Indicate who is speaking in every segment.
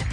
Speaker 1: and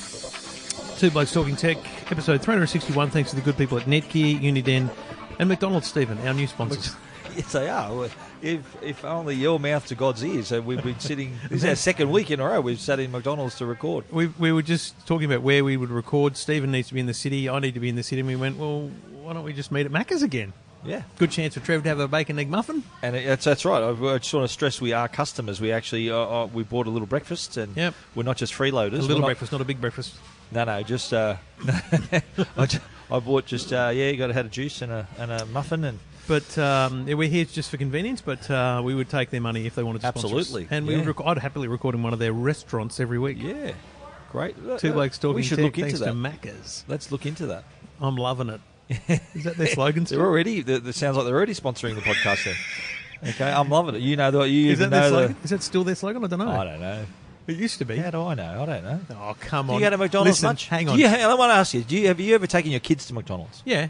Speaker 2: Two Blokes Talking Tech, episode 361. Thanks to the good people at Netgear, Uniden, and McDonald's, Stephen, our new sponsors.
Speaker 3: Yes, they are. Well, If, if only your mouth to God's ears. So we've been sitting. This is our second week in a row. We've sat in McDonald's to record.
Speaker 2: We, we were just talking about where we would record. Stephen needs to be in the city. I need to be in the city. And we went, well, why don't we just meet at Macca's again?
Speaker 3: Yeah,
Speaker 2: Good chance for Trevor to have a bacon egg muffin.
Speaker 3: and it, that's that's right. I, I just want to stress we are customers. We actually uh, uh, we bought a little breakfast, and
Speaker 2: Yep.
Speaker 3: we're not just freeloaders.
Speaker 2: A
Speaker 3: We're
Speaker 2: little
Speaker 3: not-
Speaker 2: breakfast, not a big breakfast.
Speaker 3: No, no, just uh, I, ju- I bought just uh, yeah, got had a juice and a and a muffin and
Speaker 2: But um, yeah, we're here just for convenience, but uh, we would take their money if they wanted to sponsor us.
Speaker 3: Absolutely,
Speaker 2: And we
Speaker 3: yeah.
Speaker 2: would rec- I'd happily record in one of their restaurants every week.
Speaker 3: yeah, great.
Speaker 2: Two Blokes Talking
Speaker 3: We should
Speaker 2: Tech,
Speaker 3: look into
Speaker 2: thanks
Speaker 3: that.
Speaker 2: to Macca's.
Speaker 3: Let's look into that.
Speaker 2: I'm loving it. Is that their slogan
Speaker 3: They're
Speaker 2: still?
Speaker 3: already. That that sounds like they're already sponsoring the podcast. Then, okay, I'm loving it. You know, the, you
Speaker 2: Is
Speaker 3: even
Speaker 2: that their
Speaker 3: know
Speaker 2: slogan?
Speaker 3: the.
Speaker 2: Is that still their slogan? I don't know.
Speaker 3: I don't know.
Speaker 2: It used to be.
Speaker 3: How do I know? I don't know.
Speaker 2: Oh, come
Speaker 3: Do
Speaker 2: on.
Speaker 3: you go to McDonald's
Speaker 2: Listen,
Speaker 3: much?
Speaker 2: Hang
Speaker 3: Do
Speaker 2: on.
Speaker 3: you- I want to ask you. Do you have you ever taken your kids to McDonald's?
Speaker 2: Yeah.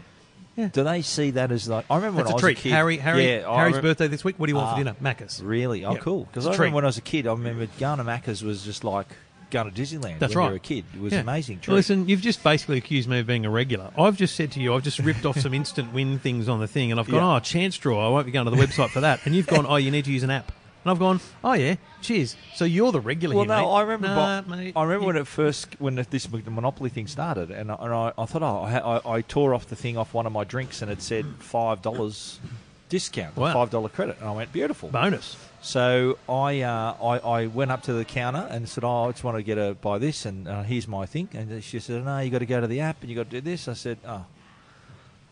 Speaker 3: Do they see that as like? I remember
Speaker 2: That's
Speaker 3: when I
Speaker 2: a
Speaker 3: was
Speaker 2: treat.
Speaker 3: a kid.
Speaker 2: Harry, Harry,
Speaker 3: yeah, I
Speaker 2: Harry's
Speaker 3: remem-
Speaker 2: birthday this week. What do you want
Speaker 3: Ah.
Speaker 2: for dinner? Macca's.
Speaker 3: Really? Oh,
Speaker 2: Yeah.
Speaker 3: cool. Because
Speaker 2: It's a
Speaker 3: I
Speaker 2: treat.
Speaker 3: remember when I was a kid, I remember going to Macca's was just like going to Disneyland.
Speaker 2: That's
Speaker 3: when
Speaker 2: right.
Speaker 3: You were a kid. It was
Speaker 2: Yeah.
Speaker 3: amazing. Treat.
Speaker 2: Listen, you've just basically accused me of being a regular. I've just said to you, I've just ripped off some instant win things on the thing, and I've gone,
Speaker 3: Yeah.
Speaker 2: oh, chance draw. I won't be going to the website for that. And you've gone, oh, you need to use an app. And I've gone, oh yeah, cheers. So you're the regular
Speaker 3: Well,
Speaker 2: here,
Speaker 3: no,
Speaker 2: mate.
Speaker 3: I remember.
Speaker 2: Nah,
Speaker 3: bo-
Speaker 2: mate,
Speaker 3: I remember
Speaker 2: you-
Speaker 3: when it first when this mon- monopoly thing started, and I, and I, I thought, oh, I, ha- I, I tore off the thing off one of my drinks, and it said five dollars discount,
Speaker 2: Wow.
Speaker 3: five dollar credit, and I went beautiful.
Speaker 2: bonus.
Speaker 3: So I, uh, I I went up to the counter and said, oh, I just want to get a buy this, and uh, here's my thing. And she said, no, you got to go to the app, and you got to do this. I said, oh,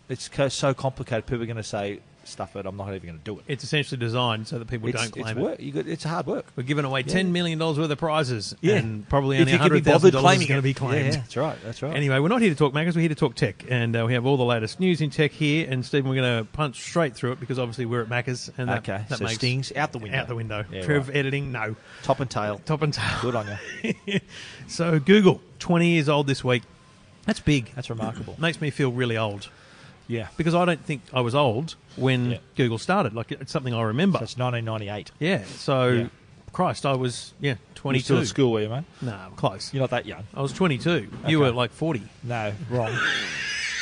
Speaker 3: it's co- so complicated. People are going to say, stuff it. I'm not even going to do it.
Speaker 2: It's essentially designed so that people
Speaker 3: it's,
Speaker 2: don't claim
Speaker 3: it's
Speaker 2: it.
Speaker 3: work. You got, it's hard work.
Speaker 2: We're giving away ten million dollars worth of prizes,
Speaker 3: Yeah.
Speaker 2: and probably
Speaker 3: If
Speaker 2: only
Speaker 3: you can be
Speaker 2: hundred
Speaker 3: bothered
Speaker 2: thousand dollars
Speaker 3: claiming
Speaker 2: is going to
Speaker 3: it.
Speaker 2: be claimed.
Speaker 3: Yeah, that's right. That's right.
Speaker 2: Oh. Anyway, we're not here to talk maggots, we're here to talk tech. And uh, we have all the latest news in tech here. And, Stephen, we're going to punch straight through it because obviously we're at Macca's. And that,
Speaker 3: Okay,
Speaker 2: that
Speaker 3: so
Speaker 2: makes
Speaker 3: stings out the window.
Speaker 2: Out the window.
Speaker 3: Yeah,
Speaker 2: Trev
Speaker 3: right.
Speaker 2: editing, no.
Speaker 3: Top and tail.
Speaker 2: Top and tail.
Speaker 3: Good on you.
Speaker 2: so, Google, 20 years old this week. That's big.
Speaker 3: That's remarkable.
Speaker 2: Makes me feel really old
Speaker 3: yeah.
Speaker 2: because I don't think I was old when
Speaker 3: Yeah.
Speaker 2: Google started. Like, it's something I remember.
Speaker 3: That's 1998.
Speaker 2: yeah. So,
Speaker 3: Yeah.
Speaker 2: Christ, I was, yeah,
Speaker 3: When you
Speaker 2: 22.
Speaker 3: still at school, were you, mate?
Speaker 2: No, I'm close.
Speaker 3: You're not that young.
Speaker 2: I was 22. You
Speaker 3: Okay.
Speaker 2: were like 40.
Speaker 3: No, wrong.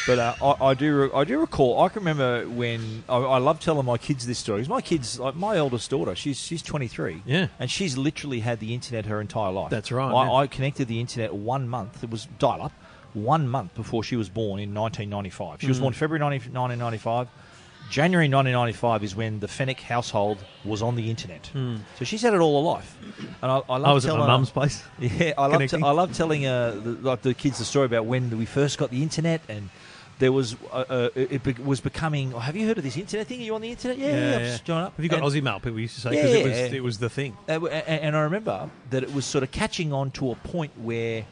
Speaker 3: But uh, I, I do, re- I do recall. I can remember when I, I love telling my kids this story. 'Cause My kids, like my eldest daughter, she's she's twenty three,
Speaker 2: Yeah.
Speaker 3: and she's literally had the internet her entire life.
Speaker 2: That's right,
Speaker 3: I,
Speaker 2: yeah.
Speaker 3: I connected the internet one month. It was dial up, one month before she was born in nineteen ninety five. She
Speaker 2: Hmm.
Speaker 3: was born February 19, 1995. January nineteen ninety five is when the Fennec household was on the internet. So she's had it all her life, and I, I love
Speaker 2: Hmm. I was at
Speaker 3: telling
Speaker 2: my
Speaker 3: her-
Speaker 2: mum's place.
Speaker 3: yeah, I love,
Speaker 2: Connecting.
Speaker 3: I love telling uh, the, like the kids the story about when we first got the internet and there was uh, uh, it it be- was becoming. Oh, have you heard of this internet thing? Are you on the internet? Yeah, yeah. yeah, just join up.
Speaker 2: Have you got
Speaker 3: and,
Speaker 2: Aussie Mail? People used to say
Speaker 3: Yeah,
Speaker 2: because it was
Speaker 3: yeah.
Speaker 2: it was the thing.
Speaker 3: uh, w- a- a- and I remember that it was sort of catching on to a point where,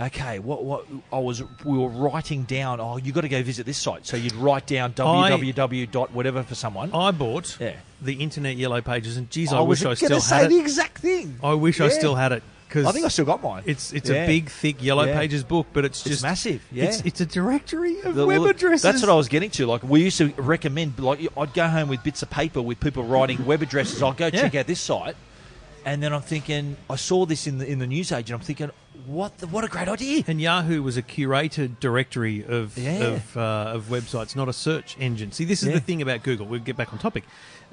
Speaker 3: okay, what what I was we were writing down. Oh, you got to go visit this site. So you'd write down www dot whatever for someone.
Speaker 2: I bought
Speaker 3: Yeah.
Speaker 2: the internet yellow pages, and geez, I, wish
Speaker 3: was
Speaker 2: I
Speaker 3: gonna
Speaker 2: still
Speaker 3: say
Speaker 2: had
Speaker 3: the
Speaker 2: it.
Speaker 3: exact thing.
Speaker 2: I wish I
Speaker 3: Yeah.
Speaker 2: still had it because
Speaker 3: I think I still got mine.
Speaker 2: It's it's
Speaker 3: Yeah.
Speaker 2: a big thick yellow
Speaker 3: Yeah.
Speaker 2: pages book, but it's just
Speaker 3: massive, yeah.
Speaker 2: it's, it's a directory of
Speaker 3: The-
Speaker 2: web
Speaker 3: well,
Speaker 2: addresses.
Speaker 3: That's what I was getting to. Like we used to recommend. Like you- I'd go home with bits of paper with people writing web addresses. I'll go check
Speaker 2: Yeah.
Speaker 3: out this site, and then I'm thinking I saw this in the in the newsagent. I'm thinking what the, what a great idea.
Speaker 2: And Yahoo was a curated directory of
Speaker 3: Yeah.
Speaker 2: of, uh, of websites, not a search engine. See, this is
Speaker 3: Yeah.
Speaker 2: the thing about Google. We'll get back on topic.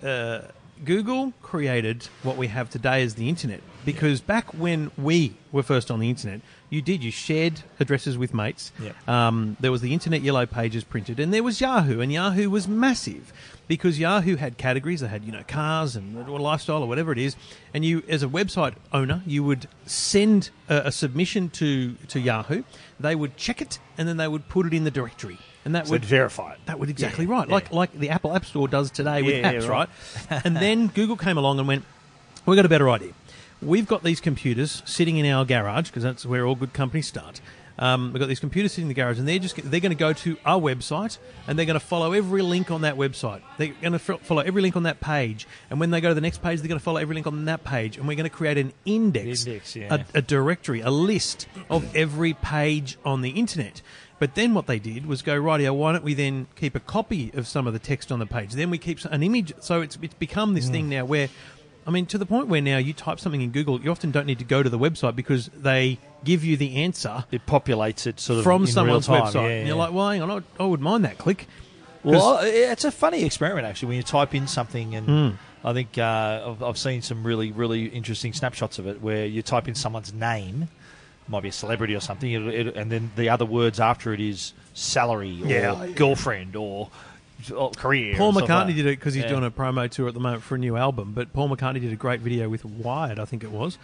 Speaker 2: Uh, Google created what we have today as the internet because back when we were first on the internet, You did. You shared addresses with mates.
Speaker 3: Yep.
Speaker 2: Um, there was the Internet Yellow Pages printed, and there was Yahoo, and Yahoo was massive because Yahoo had categories. They had you know cars and or lifestyle or whatever it is, and you as a website owner, you would send a, a submission to to Yahoo. They would check it, and then they would put it in the directory, and that
Speaker 3: So
Speaker 2: would
Speaker 3: verify it.
Speaker 2: that would exactly
Speaker 3: Yeah,
Speaker 2: right.
Speaker 3: yeah.
Speaker 2: Like like the Apple App Store does today with
Speaker 3: Yeah, yeah,
Speaker 2: apps,
Speaker 3: right.
Speaker 2: right? and then Google came along and went, "We got a better idea. We've got these computers sitting in our garage because that's where all good companies start. Um, we've got these computers sitting in the garage, and they're just they're going to go to our website and they're going to follow every link on that website. They're going to follow every link on that page, and when they go to the next page, they're going to follow every link on that page, and we're going to create an index,
Speaker 3: Index,
Speaker 2: a-
Speaker 3: yeah.
Speaker 2: a a directory, a list of every page on the internet. But then what they did was go, rightio, why don't we then keep a copy of some of the text on the page? Then we keep an image. So it's, it's become this
Speaker 3: Mm.
Speaker 2: thing now where, I mean, to the point where now you type something in Google, you often don't need to go to the website because they give you the answer
Speaker 3: It populates it sort of
Speaker 2: from
Speaker 3: in
Speaker 2: someone's
Speaker 3: real time.
Speaker 2: website.
Speaker 3: Yeah,
Speaker 2: And you're
Speaker 3: yeah.
Speaker 2: like, well, hang on, I, I would mind that click. 'Cause-
Speaker 3: Well, I- it's a funny experiment actually. When you type in something, and
Speaker 2: Hmm.
Speaker 3: I think uh, I've, I've seen some really, really interesting snapshots of it where you type in someone's name, might be a celebrity or something, it, it, and then the other words after it is salary or
Speaker 2: Yeah.
Speaker 3: girlfriend or, or career.
Speaker 2: Paul
Speaker 3: and stuff like
Speaker 2: McCartney
Speaker 3: that.
Speaker 2: did it because he's
Speaker 3: Yeah.
Speaker 2: doing a promo tour at the moment for a new album. But Paul McCartney did a great video with Wired, I think it was,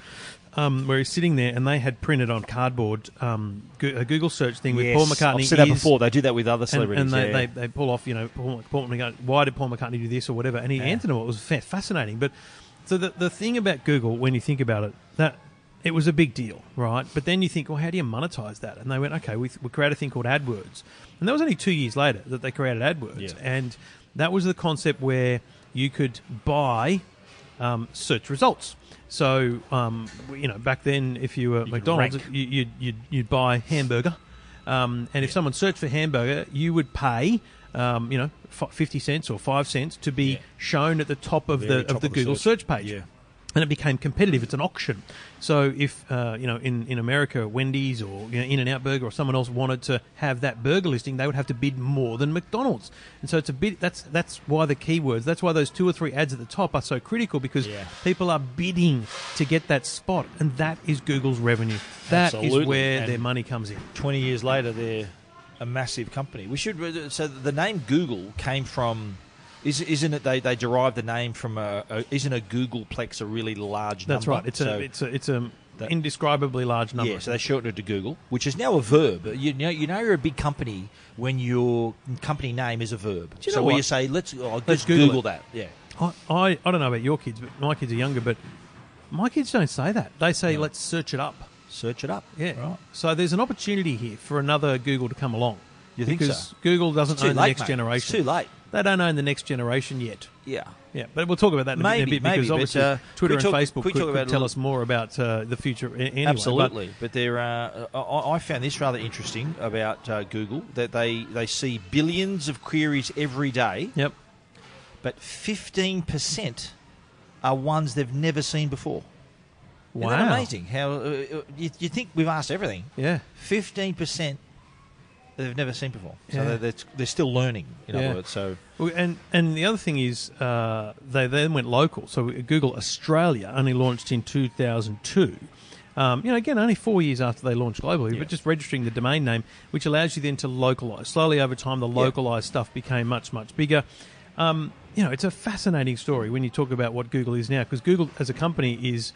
Speaker 2: um, where he's sitting there and they had printed on cardboard um, go- a Google search thing with
Speaker 3: Yes,
Speaker 2: Paul McCartney.
Speaker 3: I've seen that
Speaker 2: is-
Speaker 3: before. They do that with other
Speaker 2: and,
Speaker 3: celebrities.
Speaker 2: and they,
Speaker 3: yeah.
Speaker 2: they, they pull off, you know, Paul, Paul McCartney, why did Paul McCartney do this or whatever? And he answered them. It was fa- fascinating. But so the, the thing about Google, when you think about it, that it was a big deal, right? But then you think, well, how do you monetize that? And they went, okay, we, we create a thing called AdWords. And that was only two years later that they created AdWords.
Speaker 3: Yeah.
Speaker 2: And that was the concept where you could buy um, search results. So, um, you know, back then, if you were McDonald's,
Speaker 3: rank.
Speaker 2: you, you'd, you'd, you'd buy hamburger. Um, and if someone searched for hamburger, you would pay, um, you know, fi- 50 cents or 5 cents to be
Speaker 3: Yeah.
Speaker 2: shown at the top of the,
Speaker 3: Very top
Speaker 2: of the
Speaker 3: of the
Speaker 2: Google
Speaker 3: search.
Speaker 2: search, page.
Speaker 3: Yeah.
Speaker 2: And it became competitive. It's an auction. So if, uh, you know, in, in America, Wendy's or you know, In-N-Out Burger or someone else wanted to have that burger listing, they would have to bid more than McDonald's. And so it's a bit, that's, that's why the keywords, that's why those two or three ads at the top are so critical because
Speaker 3: Yeah.
Speaker 2: people are bidding to get that spot. And that is Google's revenue. That is
Speaker 3: Absolutely.
Speaker 2: where
Speaker 3: And-
Speaker 2: their money comes in.
Speaker 3: 20 years later, they're a massive company. We should so the name Google came from. Is, isn't it they, they derived the name from a, a isn't a Googleplex a really large
Speaker 2: That's
Speaker 3: number?
Speaker 2: right. It's
Speaker 3: So-
Speaker 2: a it's a it's a
Speaker 3: That-
Speaker 2: indescribably large number.
Speaker 3: yeah, so they shortened it to Google, which is now a verb. You know, you know, you're a big company when your company name is a verb.
Speaker 2: you
Speaker 3: so
Speaker 2: know
Speaker 3: where
Speaker 2: what?
Speaker 3: you say, let's, oh, let's,
Speaker 2: Google
Speaker 3: Google,
Speaker 2: it.
Speaker 3: that. Yeah,
Speaker 2: I, I I don't know about your kids, but my kids are younger. But my kids don't say that. They say
Speaker 3: No.
Speaker 2: let's search it up.
Speaker 3: search it up.
Speaker 2: Yeah.
Speaker 3: right.
Speaker 2: So there's an opportunity here for another Google to come along.
Speaker 3: You think
Speaker 2: because
Speaker 3: so?
Speaker 2: Google doesn't
Speaker 3: It's too
Speaker 2: own the
Speaker 3: late,
Speaker 2: next
Speaker 3: mate.
Speaker 2: generation.
Speaker 3: It's too late.
Speaker 2: They don't own the next generation yet.
Speaker 3: Yeah.
Speaker 2: Yeah, but we'll talk about that in, a,
Speaker 3: Maybe,
Speaker 2: bit, in a bit because
Speaker 3: maybe, but,
Speaker 2: obviously
Speaker 3: uh,
Speaker 2: Twitter
Speaker 3: could
Speaker 2: and
Speaker 3: we talk-
Speaker 2: Facebook
Speaker 3: could we
Speaker 2: could,
Speaker 3: talk
Speaker 2: could
Speaker 3: about a
Speaker 2: tell
Speaker 3: little-
Speaker 2: us more about uh, the future. a- Anyway, but-
Speaker 3: Absolutely, but, there are. uh, I, I found this rather interesting about uh, Google that they they see billions of queries every day,
Speaker 2: yep.
Speaker 3: but fifteen percent are ones they've never seen before. Isn't that
Speaker 2: Wow.
Speaker 3: amazing? How uh, uh, you, you think we've asked everything?
Speaker 2: Yeah.
Speaker 3: Fifteen percent they've never seen before, so
Speaker 2: Yeah.
Speaker 3: they're, they're, they're still learning. In
Speaker 2: Yeah.
Speaker 3: other words, so
Speaker 2: Well, And and the other thing is uh, they then went local. So Google Australia only launched in 2002. Um, you know, again, only four years after they launched globally,
Speaker 3: Yeah.
Speaker 2: but just registering the domain name, which allows you then to localize. Slowly over time, the localized stuff became much, much bigger. Um, you know, it's a fascinating story when you talk about what Google is now, because Google as a company is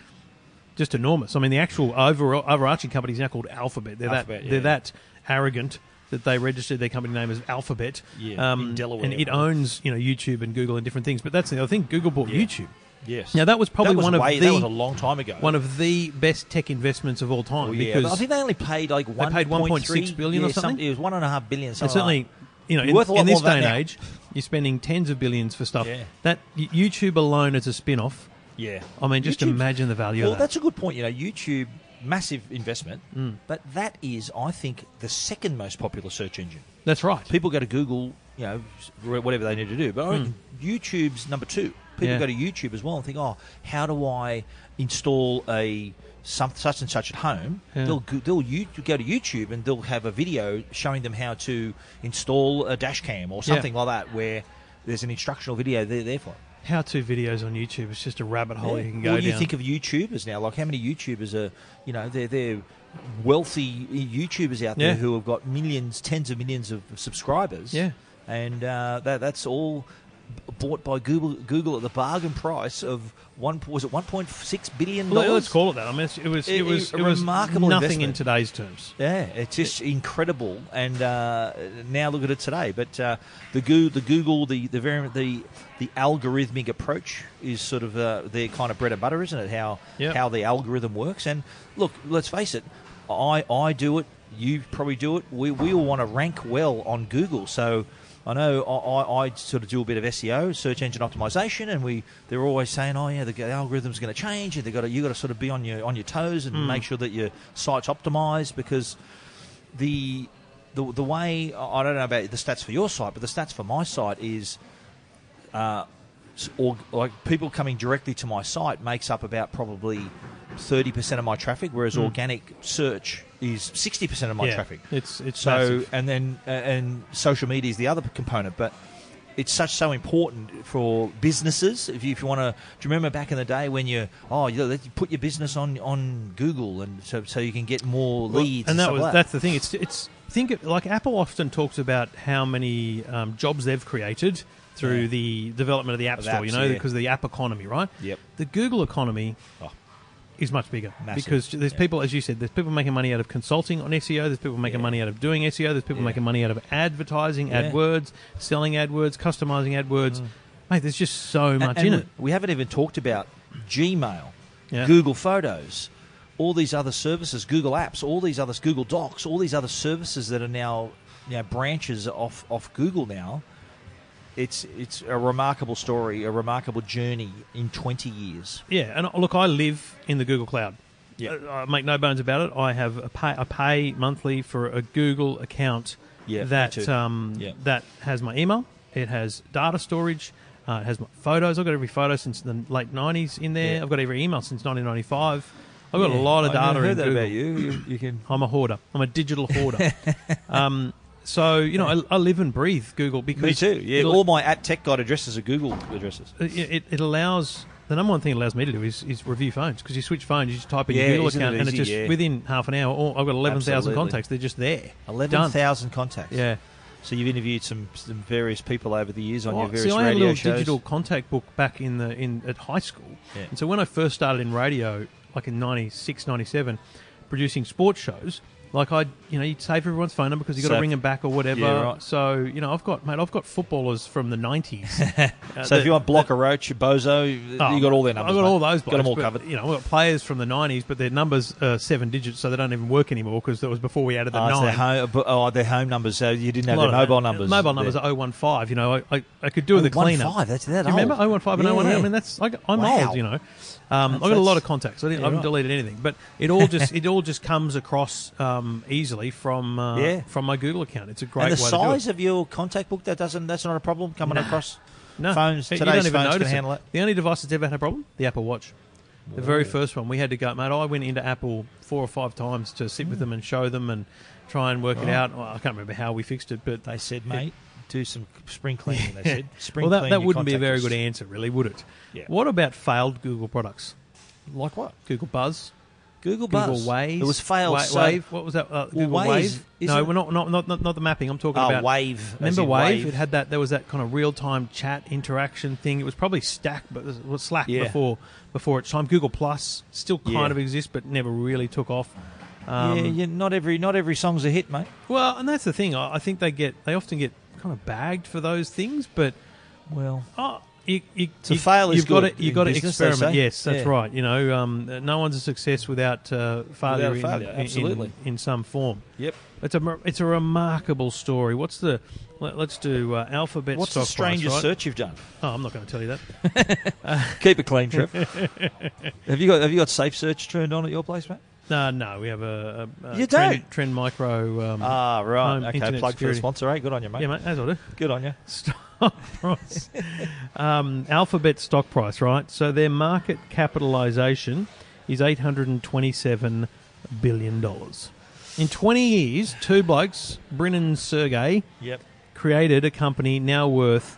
Speaker 2: just enormous. I mean, the actual overall, overarching company is now called Alphabet. They're
Speaker 3: Alphabet,
Speaker 2: that
Speaker 3: yeah.
Speaker 2: they're that arrogant that they registered their company name as Alphabet.
Speaker 3: Yeah, in Delaware,
Speaker 2: Um, and it
Speaker 3: right.
Speaker 2: owns you know YouTube and Google and different things. But that's the other thing. Google bought YouTube.
Speaker 3: yes,
Speaker 2: Now that was probably
Speaker 3: that was
Speaker 2: one of
Speaker 3: way,
Speaker 2: the
Speaker 3: that was a long time ago.
Speaker 2: one of the best tech investments of all time
Speaker 3: Well, yeah,
Speaker 2: because
Speaker 3: but I think they only paid like one
Speaker 2: paid 1.6 billion or
Speaker 3: yeah, some-
Speaker 2: something?
Speaker 3: It was one and a half billion.
Speaker 2: And
Speaker 3: Something
Speaker 2: certainly, you know,
Speaker 3: You're
Speaker 2: in,
Speaker 3: worth a lot
Speaker 2: in this
Speaker 3: more
Speaker 2: day
Speaker 3: than
Speaker 2: and
Speaker 3: that now.
Speaker 2: age, you're spending tens of billions for stuff.
Speaker 3: Yeah.
Speaker 2: That YouTube alone as a spin-off.
Speaker 3: yeah.
Speaker 2: I mean, just
Speaker 3: YouTube's-
Speaker 2: imagine the value
Speaker 3: Well,
Speaker 2: of that.
Speaker 3: that's a good point. You know, YouTube, massive investment,
Speaker 2: Mm.
Speaker 3: but that is, I think, the second most popular search engine.
Speaker 2: That's right.
Speaker 3: People go to Google, you know, wh- whatever they need to do, but I reckon YouTube's number two. People
Speaker 2: Mm. Yeah.
Speaker 3: go to YouTube as well and think, oh, how do I install a some, such and such at home?
Speaker 2: Yeah.
Speaker 3: They'll go, they'll you, go to YouTube and they'll have a video showing them how to install a dash cam or something like that, where there's an instructional video there, there for. it.
Speaker 2: how-to videos on YouTube. It's just a rabbit hole Oh, you can go
Speaker 3: well, you
Speaker 2: down.
Speaker 3: think of YouTubers now. Like how many YouTubers are you know they're they're wealthy YouTubers out there
Speaker 2: Yeah.
Speaker 3: who have got millions, tens of millions of subscribers.
Speaker 2: Yeah.
Speaker 3: and uh, that that's all b- bought by Google Google at the bargain price of one. Was it one point six billion
Speaker 2: Let-
Speaker 3: dollars?
Speaker 2: Let's call it that. I mean, it's- it was
Speaker 3: A-
Speaker 2: it was
Speaker 3: a
Speaker 2: it was
Speaker 3: remarkable
Speaker 2: nothing in
Speaker 3: investment.
Speaker 2: today's terms.
Speaker 3: Yeah, it's just incredible. And uh, now look at it today. But uh, the Goo, the Google, the the very the the algorithmic approach is sort of uh, their kind of bread and butter, isn't it? How
Speaker 2: Yep.
Speaker 3: how the algorithm works. And look, let's face it, I I do it. You probably do it. We we all want to rank well on Google, so. I know I, I, I sort of do a bit of SEO, search engine optimization, and we they're always saying, oh yeah, the, g- algorithm's going to change, and they got to you got to sort of be on your on your toes and make sure that your site's optimized because the the the way I don't know about the stats for your site, but the stats for my site is, uh, s- or like people coming directly to my site makes up about probably thirty percent of my traffic, whereas organic search is sixty percent of my
Speaker 2: Hmm. yeah,
Speaker 3: traffic.
Speaker 2: it's it's
Speaker 3: So
Speaker 2: massive.
Speaker 3: and then uh, and social media is the other component, but it's such so important for businesses. If you, if you want to, do you remember back in the day when you oh you, let- you put your business on on Google and so so you can get more leads
Speaker 2: and that
Speaker 3: stuff
Speaker 2: was
Speaker 3: like
Speaker 2: that's the thing. It's it's think of, like Apple often talks about how many um, jobs they've created through
Speaker 3: Yeah.
Speaker 2: the development of the App
Speaker 3: Of
Speaker 2: Store. you
Speaker 3: apps,
Speaker 2: know,
Speaker 3: yeah.
Speaker 2: because of the app economy, right?
Speaker 3: Yep.
Speaker 2: The Google economy
Speaker 3: Oh.
Speaker 2: is much bigger
Speaker 3: Massive.
Speaker 2: because there's
Speaker 3: Yeah.
Speaker 2: people, as you said, there's people making money out of consulting on SEO. There's people making
Speaker 3: Yeah.
Speaker 2: money out of doing SEO. There's people
Speaker 3: Yeah.
Speaker 2: making money out of advertising,
Speaker 3: Yeah. Mm.
Speaker 2: AdWords, selling AdWords, customizing AdWords. Mate, there's just so much
Speaker 3: And-
Speaker 2: in
Speaker 3: and
Speaker 2: it.
Speaker 3: We haven't even talked about Gmail,
Speaker 2: Yeah.
Speaker 3: Google Photos, all these other services, Google Apps, all these other Google Docs, all these other services that are now you know, branches off off Google now. It's it's a remarkable story, a remarkable journey in twenty years.
Speaker 2: Yeah, and uh, look, I live in the Google Cloud.
Speaker 3: Yeah.
Speaker 2: Uh, I make no bones about it. I have a pay, I pay monthly for a Google account
Speaker 3: Yeah, me
Speaker 2: that
Speaker 3: too.
Speaker 2: um,
Speaker 3: Yeah.
Speaker 2: that has my email, it has data storage, uh, it has my photos. I've got every photo since the late '90s in there.
Speaker 3: Yeah.
Speaker 2: I've got every email since 1995. I've got a lot of data
Speaker 3: I heard
Speaker 2: in
Speaker 3: that
Speaker 2: Google.
Speaker 3: about you. you. You can
Speaker 2: I'm a hoarder. I'm a digital hoarder. um, so you know, I, I live and breathe Google because
Speaker 3: me too. Yeah,
Speaker 2: it'll-
Speaker 3: all my at tech guide addresses are Google addresses.
Speaker 2: it, it, it allows the number one thing it allows me to do is, is review phones because you switch phones, you just type in
Speaker 3: Yeah,
Speaker 2: your Google
Speaker 3: isn't it
Speaker 2: account, and it's
Speaker 3: easy?
Speaker 2: just
Speaker 3: Yeah.
Speaker 2: within half an hour. Oh, I've got eleven thousand
Speaker 3: Absolutely.
Speaker 2: contacts; they're just there.
Speaker 3: Eleven thousand contacts.
Speaker 2: Yeah.
Speaker 3: So you've interviewed some, some various people over the years on your
Speaker 2: Oh,
Speaker 3: various
Speaker 2: see, I had a
Speaker 3: radio
Speaker 2: little
Speaker 3: shows.
Speaker 2: digital contact book back in the in at high school,
Speaker 3: Yeah.
Speaker 2: and so when I first started in radio, like in 96, 97, producing sports shows. Like I, you know, you'd save everyone's phone number because you got to
Speaker 3: Save-
Speaker 2: ring them back or whatever.
Speaker 3: Yeah, right.
Speaker 2: So you know, I've got mate, I've got footballers from the nineties. Uh,
Speaker 3: So if you want Blocker Roach, Bozo,
Speaker 2: Oh,
Speaker 3: you got all their numbers.
Speaker 2: I've got
Speaker 3: mate.
Speaker 2: all those. Blokes,
Speaker 3: Got them all
Speaker 2: but,
Speaker 3: covered.
Speaker 2: You know, I've got players from the '90s, but their numbers are seven digits, so they don't even work anymore because that was before we added the
Speaker 3: Oh, it's
Speaker 2: nine.
Speaker 3: their home, but- oh, their home numbers. So you didn't
Speaker 2: A
Speaker 3: have
Speaker 2: lot
Speaker 3: their
Speaker 2: of
Speaker 3: mobile
Speaker 2: that.
Speaker 3: numbers.
Speaker 2: Mobile numbers
Speaker 3: there.
Speaker 2: are 015. You know, I, I, I could do with a cleaner.
Speaker 3: 015, that's that
Speaker 2: Do you remember
Speaker 3: old.
Speaker 2: 015 and
Speaker 3: Yeah,
Speaker 2: 010? I
Speaker 3: yeah.
Speaker 2: mean, that's I, I'm
Speaker 3: Wow.
Speaker 2: old. You know, um, I've got a
Speaker 3: that's-
Speaker 2: lot of contacts. I, didn't, I
Speaker 3: yeah,
Speaker 2: haven't
Speaker 3: right.
Speaker 2: deleted anything, but it all just it all just comes across um, easily from uh,
Speaker 3: Yeah.
Speaker 2: from my Google account. It's a great
Speaker 3: And the
Speaker 2: way to do it.
Speaker 3: size of your contact book that doesn't that's not a problem coming across
Speaker 2: No,
Speaker 3: phones.
Speaker 2: you
Speaker 3: Today's
Speaker 2: don't even
Speaker 3: phones
Speaker 2: notice
Speaker 3: can handle it.
Speaker 2: The only device that's ever had a problem, the Apple Watch. The very first one, we had to go, mate. I went into Apple four or five times to sit with them and show them and try and work it out. Well, I can't remember how we fixed it, but
Speaker 3: They said, mate, do some spring cleaning. They said, spring
Speaker 2: well, that,
Speaker 3: clean
Speaker 2: that
Speaker 3: your
Speaker 2: wouldn't be a very
Speaker 3: contact
Speaker 2: good
Speaker 3: list.
Speaker 2: answer, really, would it?
Speaker 3: Yeah.
Speaker 2: What about failed Google products?
Speaker 3: Like what?
Speaker 2: Google Buzz,
Speaker 3: Google Buzz.
Speaker 2: Google Wave.
Speaker 3: It was failed.
Speaker 2: Wa-
Speaker 3: so-
Speaker 2: Wave. What was that? Uh, Google
Speaker 3: Waze,
Speaker 2: Wave.
Speaker 3: isn't
Speaker 2: No,
Speaker 3: it-
Speaker 2: we're not, not not not not the mapping. I'm talking
Speaker 3: Oh,
Speaker 2: about
Speaker 3: wave. as
Speaker 2: Remember
Speaker 3: in
Speaker 2: Wave? It had that. There was that kind of real-time chat interaction thing. It was probably Stack, but it was Slack
Speaker 3: Yeah.
Speaker 2: before before its time. Google Plus still kind
Speaker 3: Yeah.
Speaker 2: of exists, but never really took off. Um,
Speaker 3: yeah, yeah, not every not every song's a hit, mate.
Speaker 2: Well, and that's the thing. I, I think they get they often get kind of bagged for those things, but
Speaker 3: Well,
Speaker 2: oh, you, you,
Speaker 3: To
Speaker 2: you,
Speaker 3: fail is
Speaker 2: you've got
Speaker 3: good
Speaker 2: to you
Speaker 3: in
Speaker 2: got to
Speaker 3: business, they
Speaker 2: experiment.
Speaker 3: say.
Speaker 2: Yes, that's
Speaker 3: Yeah.
Speaker 2: right. You know, um, no one's a success without uh, failure,
Speaker 3: Without
Speaker 2: in-
Speaker 3: failure,
Speaker 2: in-
Speaker 3: absolutely.
Speaker 2: in, in some form.
Speaker 3: yep.
Speaker 2: It's a mer- it's a remarkable story. What's the let, us do uh, alphabet.
Speaker 3: What's
Speaker 2: stock
Speaker 3: the strangest
Speaker 2: price, right?
Speaker 3: search you've done?
Speaker 2: Oh, I'm not going to tell you that.
Speaker 3: Keep it clean, Trev. have you got Have you got Safe Search turned on at your place, mate?
Speaker 2: No, no, we have a, a, a
Speaker 3: You
Speaker 2: trend,
Speaker 3: don't?
Speaker 2: trend micro. Um,
Speaker 3: Ah, right.
Speaker 2: Home
Speaker 3: okay,
Speaker 2: internet
Speaker 3: plug for
Speaker 2: security.
Speaker 3: the sponsor, eh? Good on you, mate.
Speaker 2: yeah, mate, as I do.
Speaker 3: Good on you.
Speaker 2: Stock price. um, Alphabet stock price, right? So their market capitalization is eight hundred and twenty-seven billion dollars. In twenty years, two blokes, Brin and Sergey,
Speaker 3: Yep.
Speaker 2: created a company now worth